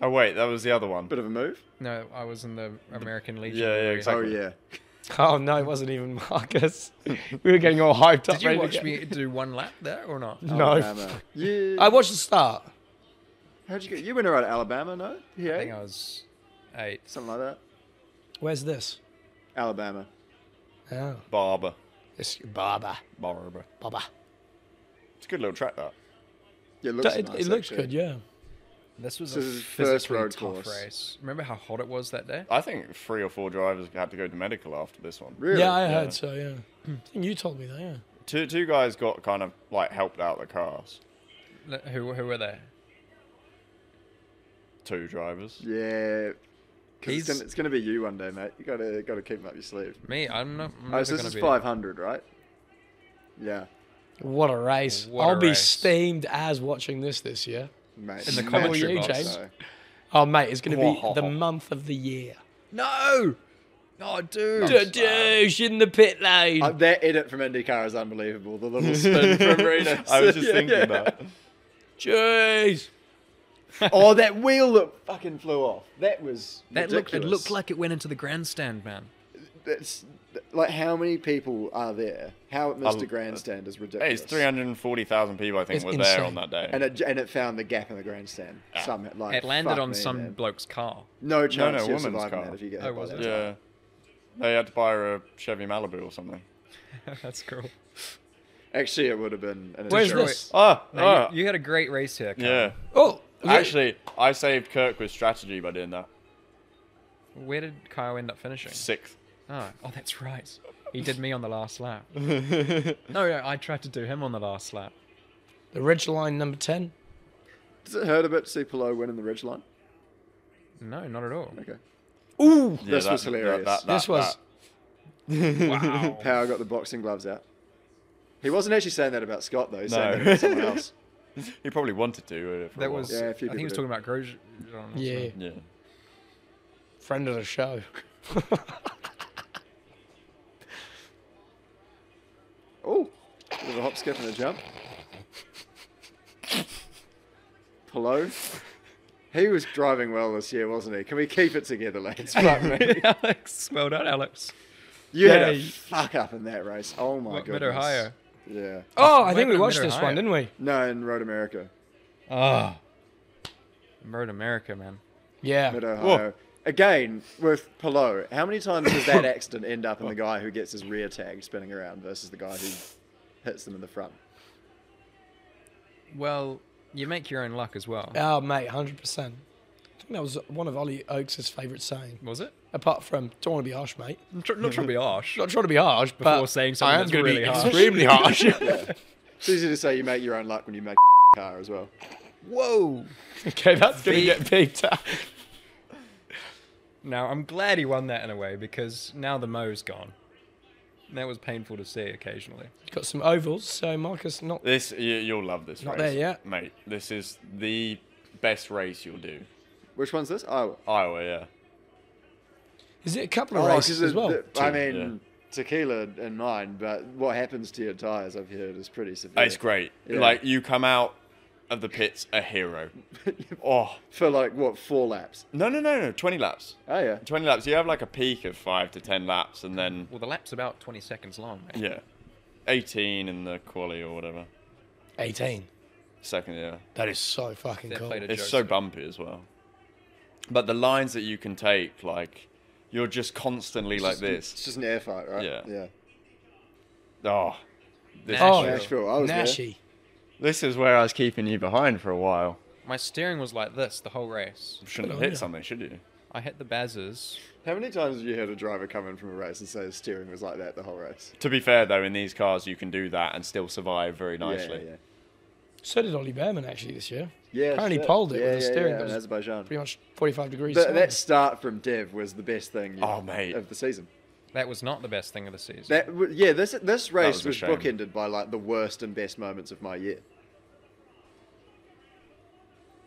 S3: Oh wait, that was the other one.
S4: Bit of a move.
S1: No, I was in the American Legion.
S3: yeah,
S1: area.
S3: exactly.
S4: Oh yeah.
S2: oh no, it wasn't even Marcus. we were getting all hyped up.
S1: Did you
S2: ready to
S1: watch
S2: get-
S1: me do one lap there or not? Oh,
S2: No.
S4: Alabama. Yeah.
S2: I watched the start.
S4: How'd you get? You went around Alabama, no?
S1: I think
S4: Yeah.
S1: I was eight.
S4: Something like that.
S2: Where's this?
S4: Alabama.
S2: Oh,
S3: Barber.
S2: it's Baba.
S3: Barber.
S2: Baba.
S3: It's a good little track that.
S4: Yeah, it
S2: It,
S4: looks
S2: it
S4: nice,
S2: looks
S4: actually.
S2: good, yeah.
S1: This was
S4: This
S1: a
S4: is the first
S1: physically
S4: road
S1: tough
S4: course.
S1: race. Remember how hot it was that day?
S3: I think three or four drivers had to go to medical after this one.
S4: Really?
S2: Yeah, I
S3: Yeah.
S2: heard so. Yeah, I think you told me that. Yeah.
S3: Two two guys got kind of like helped out the cars.
S1: L- Who who were they?
S3: Two drivers.
S4: Yeah. 'Cause
S1: He's-
S4: it's gonna, it's gonna be you one day, mate. You gotta gotta keep 'em up your sleeve.
S1: Me. I'm not. I'm
S4: Oh,
S1: never
S4: so this
S1: gonna
S4: is
S1: be-
S4: 500, right? Yeah,
S2: What a race!
S1: What a
S2: I'll be
S1: race.
S2: steamed as watching this this year.
S4: mate.
S1: In the
S4: Mate,
S1: commentary
S2: you,
S1: box.
S2: James?
S4: so-
S2: Oh mate, it's going to be the month of the year.
S1: No. Oh, dude.
S2: Douche in the pit lane.
S4: Uh, that edit from IndyCar is unbelievable. The little spin from Reno.
S3: I was just
S4: Yeah,
S3: thinking
S4: yeah.
S3: that.
S2: Jeez.
S4: oh, that wheel that fucking flew off. That was
S1: That looked, it
S4: ridiculous.
S1: looked like it went into the grandstand, man.
S4: That's, like how many people are there? How it missed
S3: Um,
S4: a grandstand is ridiculous.
S3: Hey, it's 340,000 people, I think,
S2: It's
S3: were there
S2: insane.
S3: on that day.
S4: And it and it found the gap in the grandstand. Some like
S1: It landed
S4: fuck
S1: on
S4: me,
S1: some
S4: man.
S1: bloke's car.
S4: Ah. no chance
S3: no,
S4: of
S3: woman's
S4: surviving
S3: car.
S4: that if you get
S1: Oh,
S4: hit by
S1: was
S4: that.
S1: it?
S3: yeah. They had to buy her a Chevy Malibu or something.
S1: That's cool.
S4: Actually, it would have been. An
S2: Where's
S4: insurance.
S2: this?
S3: Oh,
S4: ah.
S1: No, you, you had a great race here, Kyle.
S3: yeah.
S2: Oh, yeah.
S3: Actually, I saved Kirk with strategy by doing that.
S1: Where did Kyle end up finishing?
S3: Sixth.
S1: Oh, oh, that's right. He did me on the last lap. no, no, I tried to do him on the last lap.
S2: the ridge line number ten.
S4: Does it hurt a bit to see Pillow winning the ridge line?
S1: No, not at all.
S4: Okay.
S2: Ooh,
S3: Yeah,
S4: This was hilarious.
S2: This was-
S1: Wow.
S4: Power got the boxing gloves out. He wasn't actually saying that about Scott though. He's
S3: No.
S4: saying that about someone else.
S3: He probably wanted to. uh, for a
S1: That
S3: while.
S1: was.
S4: Yeah, a
S1: I
S4: few
S1: think he was
S4: people
S1: talking about Grosjean. wasn't he?
S2: yeah,
S3: Yeah.
S2: friend of the show.
S4: Oh, bit of a hop, skip, and a jump. Pillow. He was driving well this year, wasn't he? Can we keep it together, lads? Fuck me.
S1: Alex, well done, Alex.
S4: You had a
S2: Yeah.
S4: fuck up in that race. Oh my god.
S1: Mid Ohio.
S4: Yeah.
S2: Oh, I
S1: What
S2: think we
S1: happened to
S2: watched
S1: Mid
S2: this
S1: Ohio?
S2: one, didn't we?
S4: No, in Road America.
S1: Ah. Road America, man.
S4: Mid
S2: Yeah.
S4: Ohio. uh, Again, with Pillow, how many times does that accident end up in the guy who gets his rear tag spinning around versus the guy who hits them in the front?
S1: Well, you make your own luck as well.
S2: Oh, mate, hundred percent. I think that was one of Ollie Oakes' favourite saying.
S1: Was it?
S2: Apart from, don't want to be harsh, mate.
S1: I'm tr- not trying to be harsh.
S2: Not trying to be harsh, but
S1: Before saying something
S2: I am
S1: that's
S2: gonna
S1: really
S2: be
S1: harsh.
S2: extremely harsh.
S4: It's easy to say you make your own luck when you make a car as well.
S1: Whoa.
S2: okay, that's gonna get picked up.
S1: Now I'm glad he won that in a way because now the Mo's gone. And That was painful to see occasionally.
S2: Got some ovals, so Marcus not.
S3: This you, you'll love this
S2: Not
S3: race.
S2: there yet.
S3: mate. This is the best race you'll do.
S4: Which one's this? Oh,
S3: Iowa, yeah.
S2: Is it a couple of
S4: Oh, 'cause
S2: races as
S4: it-
S2: well?
S4: the- I
S3: Two,
S4: mean, tequila in mine, but what happens to your tires, I've heard, is pretty severe.
S3: It's great.
S4: Yeah.
S3: Like you come out of the pits a hero. oh
S4: For like, what, four laps?
S3: no no no no! Twenty laps.
S4: Oh, yeah.
S3: Twenty laps. You have like a peak of five to ten laps, and then
S1: Well, the lap's about 20 seconds long. Mate.
S3: yeah, eighteen in the quali or whatever.
S2: Eighteen.
S3: Second yeah.
S2: That is so fucking
S1: They
S2: cool.
S1: played a
S3: It's
S1: joke
S3: so
S1: there.
S3: bumpy as well. But the lines that you can take, like you're just constantly like
S4: It's
S3: this.
S4: just an air fight, right?
S3: Yeah.
S4: Yeah.
S3: Oh, this,
S2: Oh.
S4: Nashville, I was there.
S2: Nashy.
S3: this is where I was keeping you behind for a while.
S1: My steering was like this the whole race.
S3: Shouldn't have
S2: on
S3: hit
S2: ya.
S3: something, should you?
S1: I hit the bazzers.
S4: How many times have you heard a driver come in from a race and say the steering was like that the whole race?
S3: To be fair, though, in these cars, you can do that and still survive very
S4: Yeah,
S3: nicely.
S4: Yeah,
S2: So did Ollie Behrman actually this year.
S4: yeah. yeah
S2: Apparently
S4: shit.
S2: polled it
S4: yeah,
S2: with a
S4: yeah,
S2: steering
S4: yeah,
S2: that
S4: in
S2: was
S4: Azerbaijan.
S2: pretty much 45 degrees.
S4: Th-
S2: south.
S4: that start from Dev was the best thing you-
S3: Oh, mate.
S4: of the season.
S1: That was not the best thing of the season.
S4: That w- yeah, this this race
S3: was a
S4: was,
S3: shame.
S4: bookended by like the worst and best moments of my year.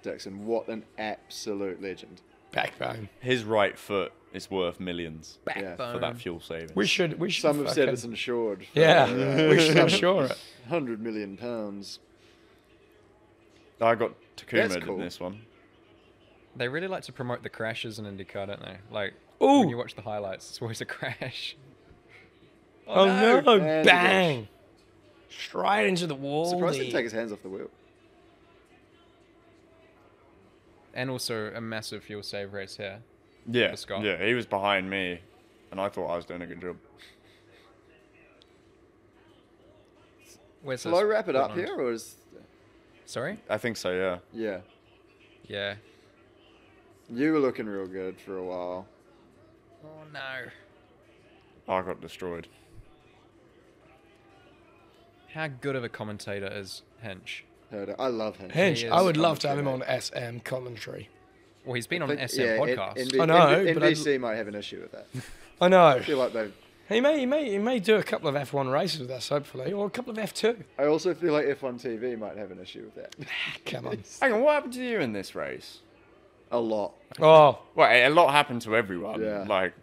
S4: Dixon, what an absolute legend!
S2: Oh, backbone.
S3: His right foot is worth millions
S1: Backbone.
S3: for that fuel saving.
S2: We should. We should.
S4: Some have said
S2: fucking-
S4: it's insured. For,
S2: Yeah, we should insure it.
S4: Hundred million pounds.
S3: I got
S4: That's
S3: Takuma
S4: cool.
S3: in this one.
S1: They really like to promote the crashes in IndyCar, don't they? Like,
S2: Ooh.
S1: when you watch the highlights, it's always a crash.
S2: Oh, no!
S4: And
S2: Bang! Straight into the wall.
S4: Surprised he didn't
S2: there.
S4: take his hands off the wheel.
S1: And also a massive fuel save race here.
S3: Yeah,
S1: For Scott.
S3: yeah, he was behind me, and I thought I was doing a good job.
S1: Where's
S4: Shall I
S1: this?
S4: wrap it up
S1: Portland.
S4: here, or is
S1: Sorry?
S3: I think so. Yeah.
S4: yeah?
S1: Yeah.
S4: You were looking real good for a while.
S1: Oh no.
S3: I got destroyed.
S1: How good of a commentator is Hinch?
S4: Heard it. I love him.
S2: Hinch.
S1: He
S2: I
S1: is
S2: would love to have him on
S4: commentary,
S2: SM commentary.
S1: Well, he's been on
S4: Think-
S1: an SM
S4: yeah, N-
S1: podcast.
S4: NB-
S2: I know,
S4: NB-
S2: but I'd-
S4: NBC might have an issue with that.
S2: I know.
S4: I feel like they.
S2: He may. He may. He may do a couple of F1 races with us, hopefully, or a couple of F2.
S4: I also feel like F1 TV might have an issue with that.
S2: Come on.
S3: Hang on, what happened to you in this race?
S4: A lot.
S2: Oh,
S3: Well, a lot happened to everyone.
S4: Yeah.
S3: Like,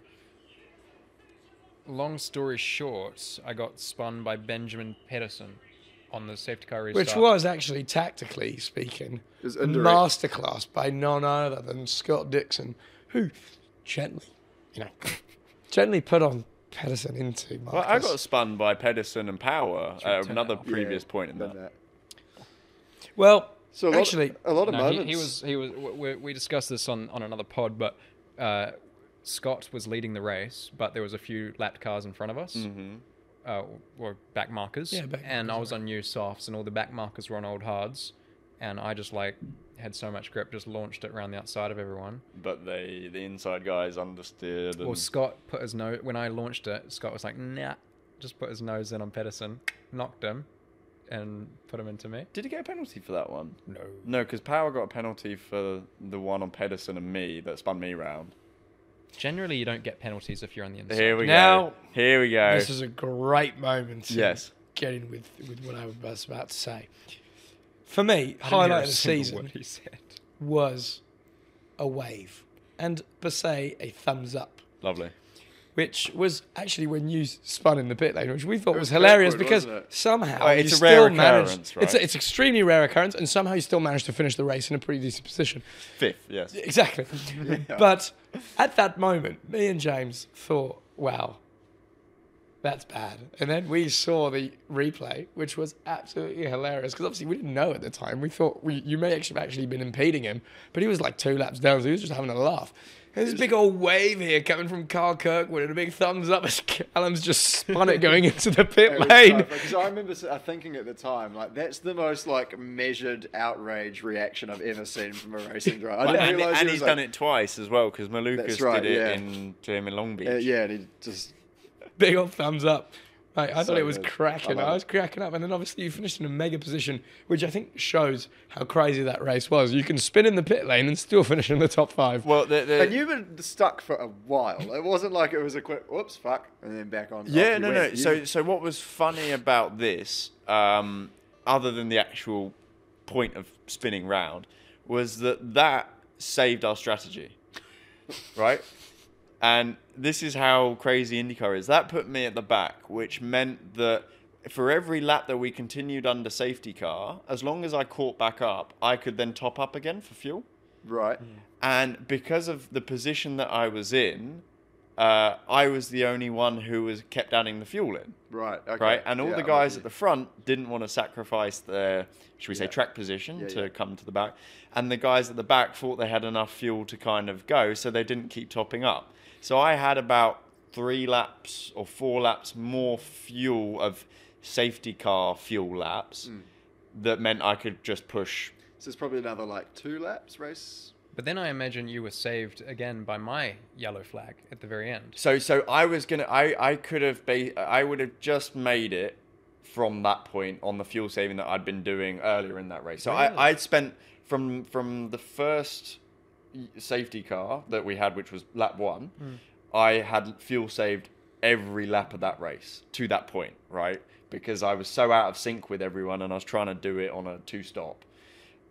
S1: Long story short, I got spun by Benjamin Pedersen. on the safety car restart.
S2: Which was actually, tactically speaking,
S4: was
S2: a
S4: underrated.
S2: masterclass by none other than Scott Dixon, who gently, you know, gently put on Pedersen into Marcus.
S3: Well, I got spun by Pedersen and Power at
S1: turn
S3: another
S1: that off.
S3: previous point in
S4: Done
S3: that.
S4: that.
S2: Well,
S4: So a lot,
S2: actually,
S4: a lot of
S1: No,
S4: moments.
S1: he, he was he was w- we, we discussed this on, on another pod, but uh, Scott was leading the race, but there was a few lapped cars in front of us, mm-hmm. uh, or back markers,
S2: Yeah, back
S1: and I
S2: markers,
S1: was on new softs, and all the back markers were on old hards, and I just like had so much grip, just launched it around the outside of everyone.
S3: But they, the inside guys understood. And
S1: Well, Scott put his nose when I launched it. Scott was like, "Nah," just put his nose in on Pedersen, knocked him, and put him into me.
S3: Did he get a penalty for that one? No. No, because Power got a penalty for the one on Pedersen and me that spun me round.
S1: Generally, you don't get penalties if you're on the inside.
S3: Here we
S2: Now-
S3: go. Here we go.
S2: this is a great moment. To
S3: Yes.
S2: Get in with, with what I was about to say. For me,
S1: I didn't hear
S2: highlight
S1: a
S2: of the
S1: single
S2: season.
S1: word he said.
S2: was a wave and per se a thumbs up,
S3: Lovely.
S2: which was actually when you spun in the pit lane, which we thought was,
S4: was
S2: hilarious
S4: awkward,
S2: because
S4: wasn't it?
S2: somehow
S3: Well,
S2: you
S3: Oh, it's a
S2: still
S3: rare
S2: managed,
S3: occurrence,
S2: It's,
S3: right?
S2: it's extremely rare occurrence, and somehow you still managed to finish the race in a pretty decent position.
S3: Fifth, yes.
S2: Exactly. But at that moment, me and James thought, wow, that's bad. And then we saw the replay, which was absolutely hilarious because obviously we didn't know at the time. We thought we, you may actually have actually been impeding him, but he was like two laps down, so he was just having a laugh. There's this big old wave here coming from Carl Kirkwood and a big thumbs up as Callum's just spun it going into the pit lane.
S4: Because I remember s- uh, thinking at the time, like that's the most like measured outrage reaction I've ever seen from a racing driver. I didn't
S3: and
S4: realize
S3: and
S4: he
S3: he's
S4: was
S3: done
S4: like,
S3: it twice as well because Malukas
S4: That's right,
S3: did it
S4: yeah.
S3: in Jamie Long Beach.
S4: uh, yeah, and he just
S2: big old thumbs up. Mate, I
S4: So
S2: thought it was
S4: good.
S2: cracking.
S4: I love
S2: I, was cracking up. And then obviously you finished in a mega position, which I think shows how crazy that race was. You can spin in the pit lane and still finish in the top five.
S3: Well, the, the,
S4: and you were stuck for a while. It wasn't like it was a quick whoops, fuck, and then back on.
S3: Yeah,
S4: off you
S3: no,
S4: went.
S3: no.
S4: You-
S3: So, so what was funny about this, um, other than the actual point of spinning round, was that that saved our strategy, right? And this is how crazy IndyCar is. That put me at the back, which meant that for every lap that we continued under safety car, as long as I caught back up, I could then top up again for fuel.
S4: right,
S3: And because of the position that I was in, uh, I was the only one who was kept adding the fuel in,
S4: right, okay.
S3: right? And all
S4: Yeah,
S3: the
S4: I'm
S3: guys
S4: with
S3: at the front didn't want to sacrifice their, should we say, track position to
S4: yeah.
S3: come to the back. And the guys at the back thought they had enough fuel to kind of go, so they didn't keep topping up. So I had about three laps or four laps more fuel of safety car fuel laps
S4: Hmm.
S3: that meant I could just push.
S4: you. So it's probably another like two laps race.
S1: But then I imagine you were saved again by my yellow flag at the very end.
S3: So so I was gonna I I could have ba- I would have just made it from that point on the fuel saving that I'd been doing earlier in that race. So
S1: Really?
S3: I I'd spent from from the first y- safety car that we had, which was lap one. I had fuel saved every lap of that race to that point, right? Because I was so out of sync with everyone, and I was trying to do it on a two stop.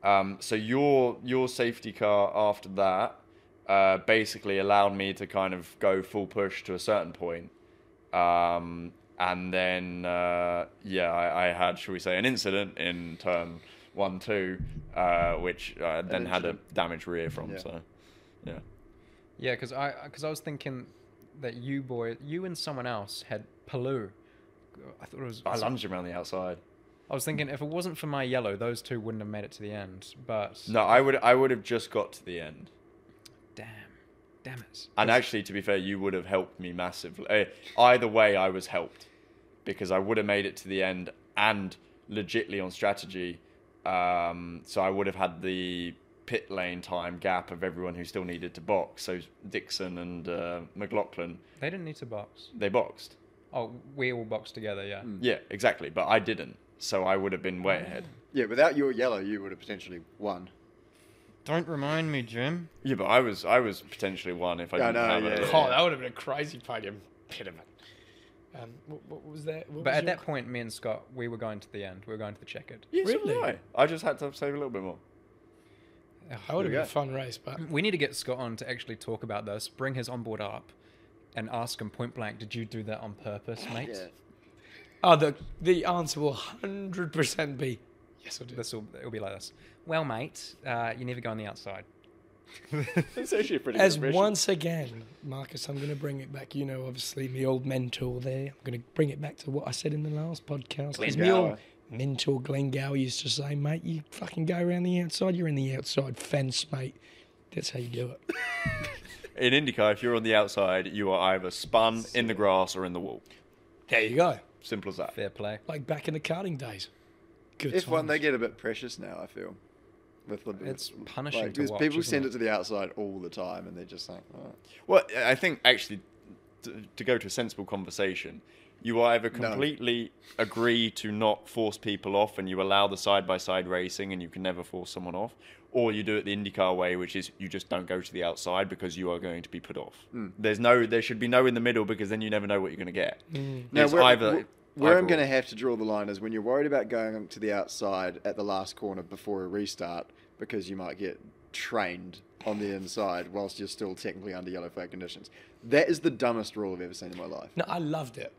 S3: Um, so your your safety car after that uh, basically allowed me to kind of go full push to a certain point, um, and then uh, yeah, I, I had shall we say an incident in turn one two, uh, which I then had a damaged rear from. So yeah,
S1: Yeah, because I because I was thinking that you boy, you and someone else had Palou. I thought it was.
S3: I lunged him around the outside.
S1: I was thinking if it wasn't for my yellow, those two wouldn't have made it to the end. But
S3: No, I would I would have just got to the end.
S1: damn, damn it.
S3: And actually, to be fair, you would have helped me massively. Eh, Either way, I was helped because I would have made it to the end and legitly on strategy. Um, so I would have had the pit lane time gap of everyone who still needed to box. So Dixon and uh, McLaughlin,
S1: They didn't need to box.
S3: they boxed.
S1: Oh, we all boxed together. Yeah.
S4: Hmm.
S3: Yeah, exactly. But I didn't. So I would have been way ahead.
S4: Yeah, without your yellow, you would have potentially won.
S1: Don't remind me, Jim.
S3: Yeah, but I was I was potentially one if I
S4: Yeah, I
S3: didn't
S4: know,
S3: have
S4: yeah,
S3: it.
S4: yeah.
S2: oh, that would have been a crazy podium pediment. Um, what, what was that? What
S1: But
S2: was
S1: at
S2: your-
S1: that point, me and Scott, we were going to the end. We were going to the checkered.
S3: Yeah, so
S2: Really?
S3: was I. I just had to save a little bit more.
S2: oh, that would have been
S4: go.
S2: a fun race, but
S1: We need to get Scott on to actually talk about this. Bring his onboard up, and ask him point blank, "Did you do that on purpose, mate?"
S4: Yeah.
S2: Oh, the, the answer will 100% be yes, I do.
S1: This will it'll be like this. Well, mate, uh, you never go on the outside.
S4: It's actually a pretty
S2: As
S4: good impression.
S2: once again, Marcus, I'm going to bring it back. You know, obviously, me old mentor there. I'm going to bring it back to what I said in the last podcast. As me old mentor Glenn Gow used to say, mate, you fucking go around the outside. You're in the outside fence, mate. That's how you do it.
S3: In IndyCar, if you're on the outside, you are either spun in the grass or in the wall.
S2: There you go.
S3: Simple as that.
S1: Fair play.
S2: Like back in the karting days. Good
S4: If one,
S2: times.
S4: they get a bit precious now. I feel. With the,
S1: It's
S4: with-
S1: punishing
S4: like,
S1: to
S4: because
S1: watch,
S4: People
S1: isn't
S4: send
S1: it?
S4: it to the outside all the time, and they're just like, oh.
S3: Well, I think actually, to, to go to a sensible conversation, you either completely agree to not force people off and you allow the side by side racing and you can never force someone off, or you do it the IndyCar way, which is you just don't go to the outside because you are going to be put off.
S4: Hmm.
S3: There's no, there should be no in the middle because then you never know what you're going to get.
S4: Hmm. Now,
S3: It's
S4: where,
S3: either-
S4: where- where I'm
S3: either
S4: going
S3: or.
S4: to have to draw the line is when you're worried about going to the outside at the last corner before a restart because you might get trained on the inside whilst you're still technically under yellow flag conditions. That is the dumbest rule I've ever seen in my life.
S2: No, I loved it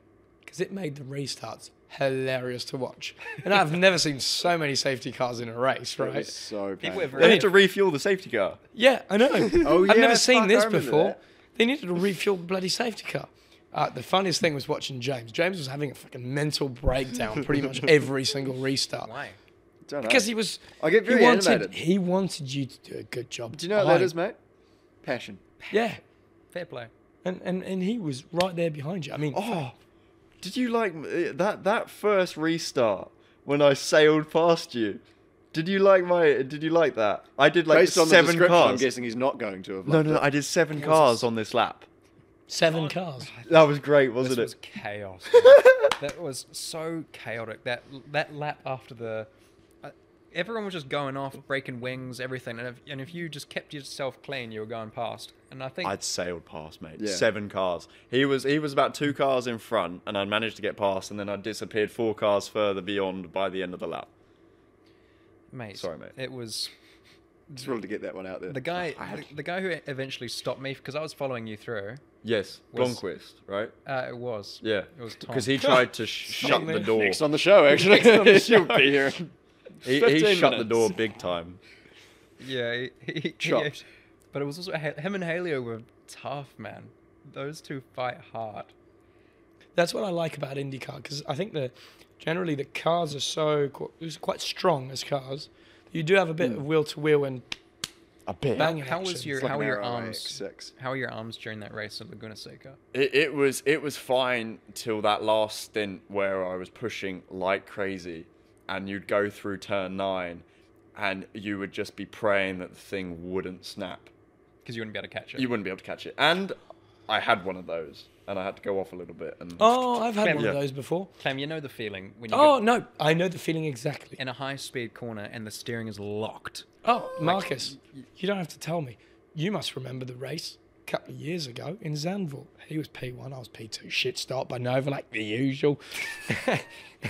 S2: because it made the restarts hilarious to watch. And I've never seen so many safety cars in a race,
S4: It was
S2: right?
S4: so painful.
S1: have
S3: They need to refuel the safety car.
S2: Yeah, I know.
S4: Oh,
S2: I've
S4: yeah,
S2: never seen
S4: fuck,
S2: this
S4: I remember
S2: before.
S4: that.
S2: They needed to refuel the bloody safety car. Uh, the funniest thing was watching James. James was having a fucking mental breakdown pretty much every single restart.
S1: Why?
S4: Don't know.
S2: Because he was.
S4: I get very
S2: he wanted,
S4: animated.
S2: He wanted you to do a good job.
S4: Do you know what that
S2: I-
S4: is, mate? Passion.
S2: Yeah.
S1: Fair play.
S2: And, and, and he was right there behind you. I mean,
S3: Oh, did you like uh, that that first restart when I sailed past you? Did you like my? Did you like that? I did like
S4: Based on the
S3: seven
S4: description, I'm
S3: cars.
S4: guessing he's not going to have.
S3: no,
S4: liked
S3: no,
S4: it.
S3: no, I did seven cars on this lap.
S2: seven cars.
S3: That was great,
S1: This
S3: wasn't
S1: was
S3: it?
S1: chaos. man. that was so chaotic. That that lap after the, uh, everyone was just going off, breaking wings, everything. And if and if you just kept yourself clean, you were going past. And I think
S3: I'd sailed past, mate.
S4: Yeah.
S3: Seven cars. He was he was about two cars in front, and I managed to get past, and then I disappeared four cars further beyond by the end of the lap.
S1: mate.
S3: Sorry, mate.
S1: It was
S4: Just wanted to get that one out there.
S1: the guy. the, the guy who eventually stopped me because I was following you through.
S3: Yes,
S1: Was-
S3: Blomqvist, right?
S1: Uh, it was.
S3: Yeah,
S1: It was Tom.
S3: because he tried to sh- shut the
S2: Something.
S3: door.
S4: Next on the show, actually, she'll be here.
S3: He, he
S4: 15
S3: shut the
S4: minutes.
S3: door big time.
S1: Yeah, he, he, he-
S4: Chopped.
S1: but it was also Ha- him and Halio were tough, man. Those two fight hard.
S2: That's what I like about IndyCar because I think that generally the cars are so qu- it's quite strong as cars. You do have a
S4: Hmm.
S2: bit of wheel to wheel and
S3: A bit.
S2: banging
S1: How
S2: action.
S1: was your
S4: It's like
S1: how
S4: an
S1: were your
S4: arrow
S1: arms?
S4: AX6.
S1: How were your arms during that race at Laguna Seca?
S3: It, it was it was fine till that last stint where I was pushing like crazy, and you'd go through turn nine, and you would just be praying that the thing wouldn't snap.
S1: Because you wouldn't be able to catch it.
S3: You wouldn't be able to catch it, and I had one of those, and I had to go off a little bit. And
S2: Oh, I've had one
S3: Yeah.
S2: of those before.
S1: Clem, you know the feeling when you
S2: Oh
S1: get
S2: no, I know the feeling exactly.
S1: in a high speed corner and the steering is locked.
S2: Oh, Marcus, you don't have to tell me. You must remember the race a couple of years ago in Zandvoort. He was P1, I was P2. Shit start by Nova, like the usual.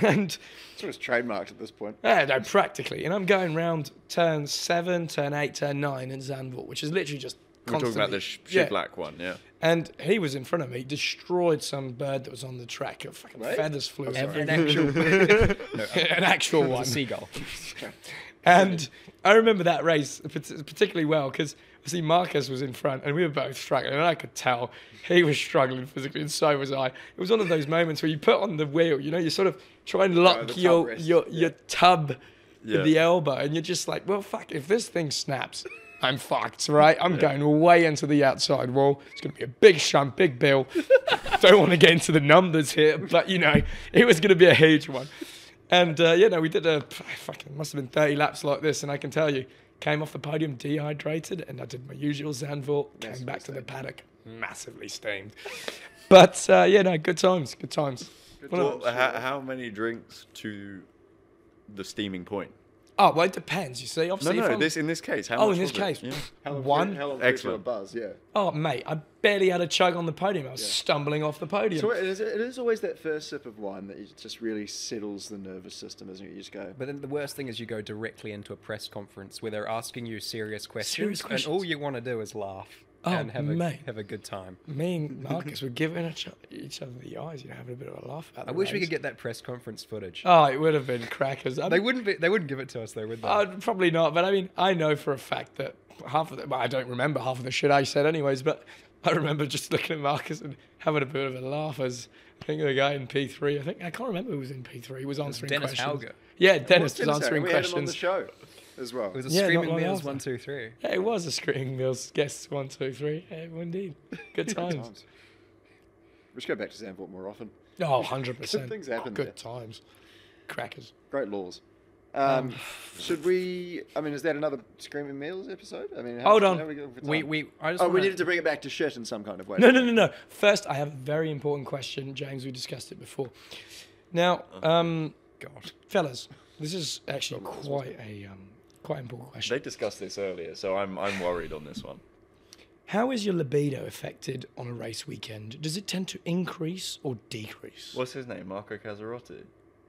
S2: and
S4: It's sort of trademarked at this point.
S2: Uh, no, practically. And I'm going round turn seven, turn eight, turn nine in Zandvoort, which is literally just
S3: we're talking
S2: constantly.
S3: about the sh-
S2: Yeah.
S3: black one, yeah.
S2: And he was in front of me, destroyed some bird that was on the track. Of fucking feathers
S3: Oh,
S2: flew. everywhere.
S1: An actual
S2: an actual one.
S1: seagull.
S2: And I remember that race pat- particularly well because I see Marcus was in front and we were both struggling, and I could tell he was struggling physically, and so was I. It was one of those moments where you put on the wheel, you know, you sort of try and lock
S4: the tub
S2: your,
S4: wrist,
S2: your your tub
S3: Yeah.
S2: with the elbow, and you're just like, well, fuck, if this thing snaps, I'm fucked, right? I'm going way into the outside wall. It's going to be a big shunt, big bill. Don't want to get into the numbers here, but you know, it was going to be a huge one. And uh, yeah, no, we did a fucking must have been 30 laps like this, and I can tell you, came off the podium dehydrated, and I did my usual Zandvoort, came back to the paddock, massively steamed. But uh, yeah, no, good times, good times. One of-
S3: how, how many drinks to the steaming point?
S2: oh, well, it depends. You see,
S3: No,
S2: obviously, if
S3: no.
S2: I'm-
S3: This in this case, how
S2: oh,
S3: much
S2: in this
S3: was
S2: case,
S3: it? Yeah.
S2: one.
S4: How long did it feel
S3: Excellent.
S4: to buzz? Yeah.
S2: Oh, mate, I barely had a chug on the podium. I was stumbling off the podium.
S4: So it is, it is always that first sip of wine that it just really settles the nervous system, isn't it? You just go.
S1: But then the worst thing is you go directly into a press conference where they're asking you serious questions,
S2: questions.
S1: and all you want to do is laugh.
S2: Oh,
S1: and have a,
S2: mate.
S1: have a good time.
S2: Me and Marcus were giving each, each other the eyes, you know, having a bit of a laugh. At
S1: I wish we could get that press conference footage.
S2: Oh, it would have been crackers. I
S1: They
S2: mean,
S1: wouldn't be, they wouldn't give it to us though, would they?
S2: uh, probably not, but I mean, I know for a fact that half of the, well, I don't remember half of the shit I said, anyways. But I remember just looking at Marcus and having a bit of a laugh as I think the guy in P three. I think I can't remember who was in P three. Was answering
S1: Dennis
S2: questions.
S1: Hauger.
S2: Yeah, Dennis was
S4: Dennis Hauger,
S2: answering
S4: we had him on the
S2: questions.
S4: show as well.
S1: it was a
S2: yeah, not
S1: screaming
S2: long
S1: meals
S2: after.
S1: one two three.
S2: Yeah, it was a Screaming Mills guest one, two, three. Yeah, indeed. Good times.
S4: Times. We should go back to Sandport more often.
S2: Oh, 100%.
S4: things happen
S2: Good
S4: there.
S2: times. Crackers.
S4: Great laws. Um, should we? I mean, is that another Screaming Meals episode? I mean, how
S2: Hold
S4: much- how
S2: on.
S4: are going for
S1: We
S4: time?
S1: we I just
S4: oh, we
S1: wanna-
S4: needed to bring it back to shit in some kind of way.
S2: No, no, no, no. First, I have a very important question, James. We discussed it before. Now, um,
S1: God.
S2: fellas, this is actually quite a um, quite important question.
S3: They discussed this earlier, so I'm I'm worried on this one.
S2: How is your libido affected on a race weekend? Does it tend to increase or decrease?
S3: What's his name? Marco Casarotti.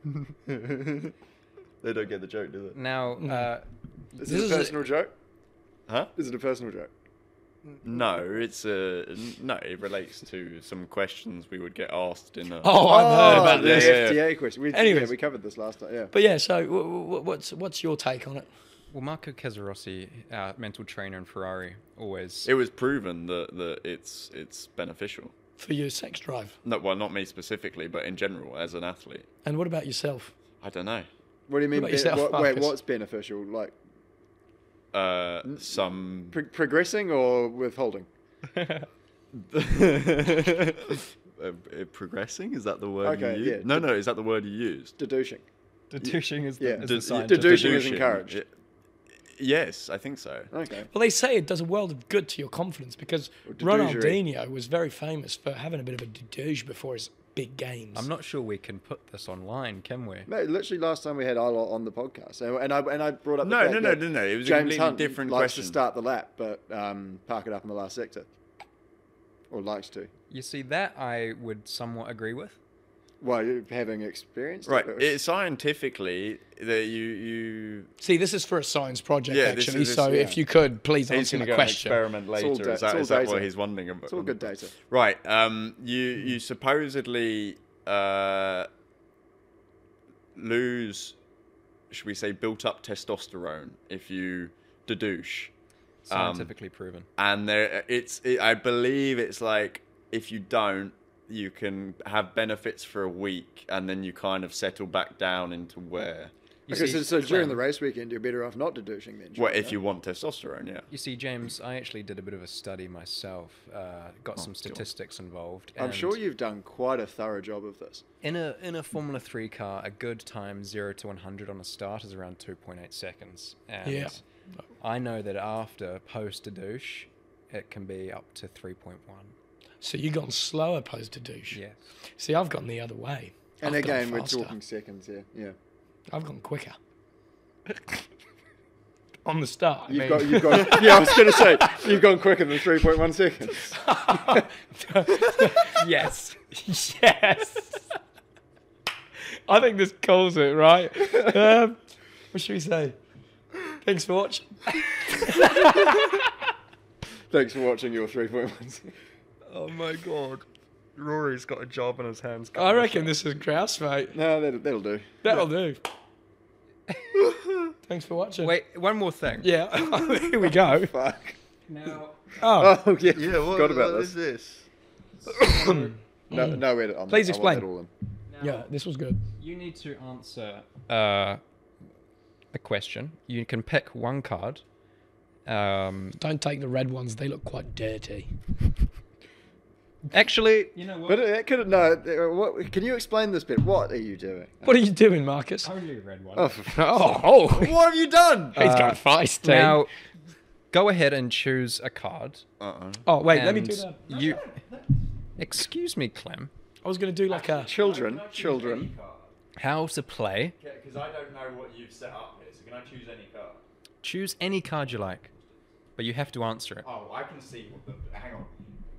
S3: they don't get the joke, do they?
S1: Now
S2: Mm.
S1: uh,
S4: Is
S2: This
S4: it
S2: is
S4: a
S2: a-
S4: personal joke?
S3: Huh?
S4: Is it a personal joke?
S3: No, it's a no. It relates to some questions we would get asked in a.
S2: Oh, I've heard about
S4: the
S2: this.
S3: yeah, yeah.
S4: FDA question. We, yeah,
S2: Anyways.
S4: we covered this last time. Yeah.
S2: But yeah, so w- w- what's what's your take on it?
S1: well Marco Casarossi, our mental trainer in Ferrari, always
S3: It was proven that that it's it's beneficial.
S2: for your sex drive?
S3: No, well, not me specifically, but in general as an athlete.
S2: And what about yourself?
S3: I don't know.
S4: What do you mean?
S2: about
S4: ben-
S2: yourself,
S4: what, wait,
S2: Marcus?
S4: what's beneficial? Like
S3: Uh,
S4: Mm.
S3: some
S4: pro- progressing or withholding?
S3: Uh, uh, progressing is that the word
S4: Okay,
S3: you used?
S4: yeah.
S3: No, no, is that the word you used?
S4: Deducing.
S1: deducing is the,
S4: yeah.
S1: is
S4: Did-
S1: the
S4: you-
S1: scientific-
S4: deducing- is encouraged. Oh,
S3: Y- yes, I think so.
S4: Okay.
S2: Well, they say it does a world of good to your confidence because
S4: dedugery.
S2: Ronaldinho was very famous for having a bit of a deduge before his big games.
S1: I'm not sure we can put this online, can we?
S4: Mate, literally last time we had Isla on the podcast, and, and I and I brought up the
S3: No,
S4: fact
S3: no, no,
S4: that
S3: no, no, it was a
S4: James
S3: completely
S4: Hunt
S3: different
S4: likes
S3: question.
S4: to start the lap, but um, park it up in the last sector, or likes to.
S1: You see that I would somewhat agree with.
S4: Um, Well, you- having experienced it,
S3: Right.
S4: it was-
S3: It, scientifically, that you you
S2: See, this is for a science project,
S3: Yeah, this
S2: actually.
S3: is-
S2: so
S4: yeah.
S2: if you could please
S3: he's
S2: answer
S3: going
S2: the
S3: to go and
S2: question.
S3: experiment later.
S4: all da-
S3: is that,
S4: it's
S3: is
S4: all
S3: that what
S4: data.
S3: he's wondering about?
S4: it's all good data.
S3: Right. Um. You you supposedly uh lose, should we say, built up testosterone if you dedouche.
S1: Scientifically proven.
S3: and there it's it, i believe it's like if you don't you can have benefits for a week and then you kind of settle back down into where
S1: You
S4: okay,
S1: see-
S4: so, so during the race weekend, you're better off not deducing then.
S3: well if you want testosterone yeah
S1: You see, James, I actually did a bit of a study myself, uh, got some statistics involved.
S4: Oh, I'm
S1: and
S4: sure you've done quite a thorough job of this.
S1: In a, in a Formula 3 car, a good time 0 to 100 on a start is around 2.8 seconds. And
S2: Yeah.
S1: I know that after post a douche, it can be up to 3.1.
S2: So you've gone slower post deduge.
S1: Yes.
S2: See, I've gone the other way.
S4: And
S2: I've gone
S4: again, we're
S2: faster.
S4: talking seconds here. Yeah,
S2: I've gone quicker. On the start. I
S4: you've
S2: mean,
S4: got, you've got. yeah, I was going to say you've gone quicker than 3.1 seconds.
S1: yes.
S2: yes. I think this calls it, right? Um, what should we say? Thanks for watching.
S4: Thanks for watching your 3.1 seconds.
S1: Oh my god. Rory's got a job in his hands.
S2: I reckon this is grouse, mate.
S4: No, that'll, that'll do.
S2: That'll do. Thanks for watching.
S1: Wait, one more thing.
S2: Yeah, here we go.
S4: Fuck.
S1: Now,
S2: Oh,
S4: Oh yeah, forgot about this.
S3: this
S4: No, no edit on that.
S2: Please
S4: I want that
S2: explain.
S4: all in.
S2: yeah, this was good.
S1: you need to answer uh, a question. You can pick one card. Um,
S2: Don't take the red ones; they look quite dirty.
S1: actually, you know
S4: But it could no. uh, What can you explain this bit? What are you doing?
S2: What are you doing, Marcus? Oh,
S1: Only a red one.
S2: oh.
S3: what have you done
S2: he's got feisty.
S1: Now, go ahead and choose a card.
S3: uh-uh.
S2: oh wait, let me
S1: and
S2: do that.
S1: You, excuse me, Clem.
S2: I was gonna do like a.
S4: Children, children.
S1: How to play?
S3: because i don't know what you've set up here so can i choose any card
S1: Choose any card you like, but you have to answer it.
S3: oh i can see what the hang on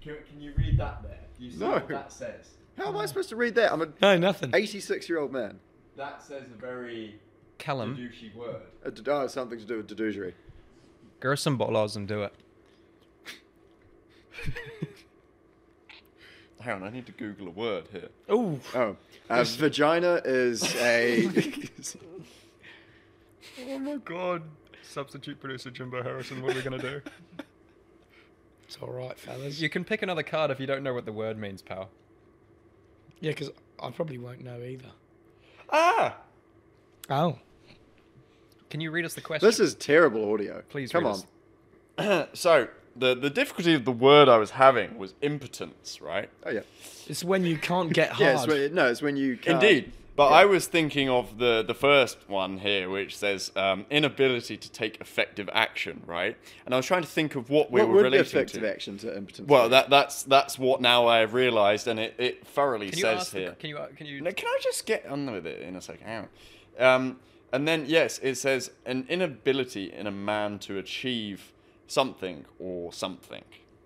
S3: can, can you read that there you see
S4: No. what that
S3: says
S4: How am I supposed to read that? I'm an
S2: No, nothing.
S4: 86 year old man.
S3: that says a very
S1: Callum,
S3: douchey word
S4: Uh, d- Oh, it's something to do with dedugery.
S1: grow some bottles and do it.
S3: Hang on, I need to Google a word here.
S2: Oh,
S4: Oh, uh, vagina is a.
S1: Oh my god. Substitute producer Jimbo Harrison, what are we going to do?
S2: it's all right, fellas.
S1: You can pick another card if you don't know what the word means, pal.
S2: Yeah, because I probably won't know either.
S3: Ah,
S2: Oh,
S1: Can you read us the question?
S4: this is terrible audio.
S1: Please
S4: come
S1: read
S4: on.
S1: us.
S3: Uh, so the the difficulty of the word I was having was impotence, right?
S4: Oh yeah.
S2: it's when you can't get hard.
S4: Yeah. It's when, no, it's when you. can't-
S3: Indeed. But I was thinking of the, the first one here, which says um, inability to take effective action, right? And I was trying to think of what we
S4: What
S3: were
S4: would be
S3: relating
S4: effective
S3: to.
S4: action to impotence?
S3: Well, that that's that's what now I have realised, and it, it thoroughly
S1: Can you
S3: says
S1: ask? the-
S3: here.
S1: can you? uh, Can you?
S3: No, can I just get on with it in a second? Hang on. Um, and then, yes, it says an inability in a man to achieve something or something,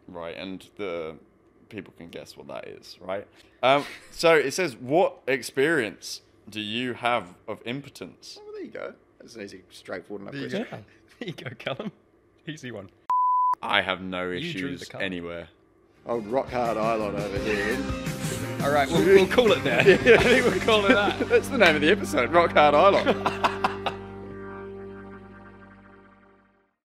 S3: right? And the people can guess what that is, right? Um, so it says, what experience do you have of impotence?
S4: Well, there you go. That's an easy, straightforward enough
S1: There you
S4: question.
S1: go.
S2: Yeah.
S1: There you go, Callum. Easy one.
S3: I have no
S1: drew the
S3: issues
S1: card.
S3: anywhere.
S4: Old rock hard island over here.
S1: All right, we'll, we'll call it there. I think we'll call it that.
S4: That's the name of the episode, Rock Hard Island.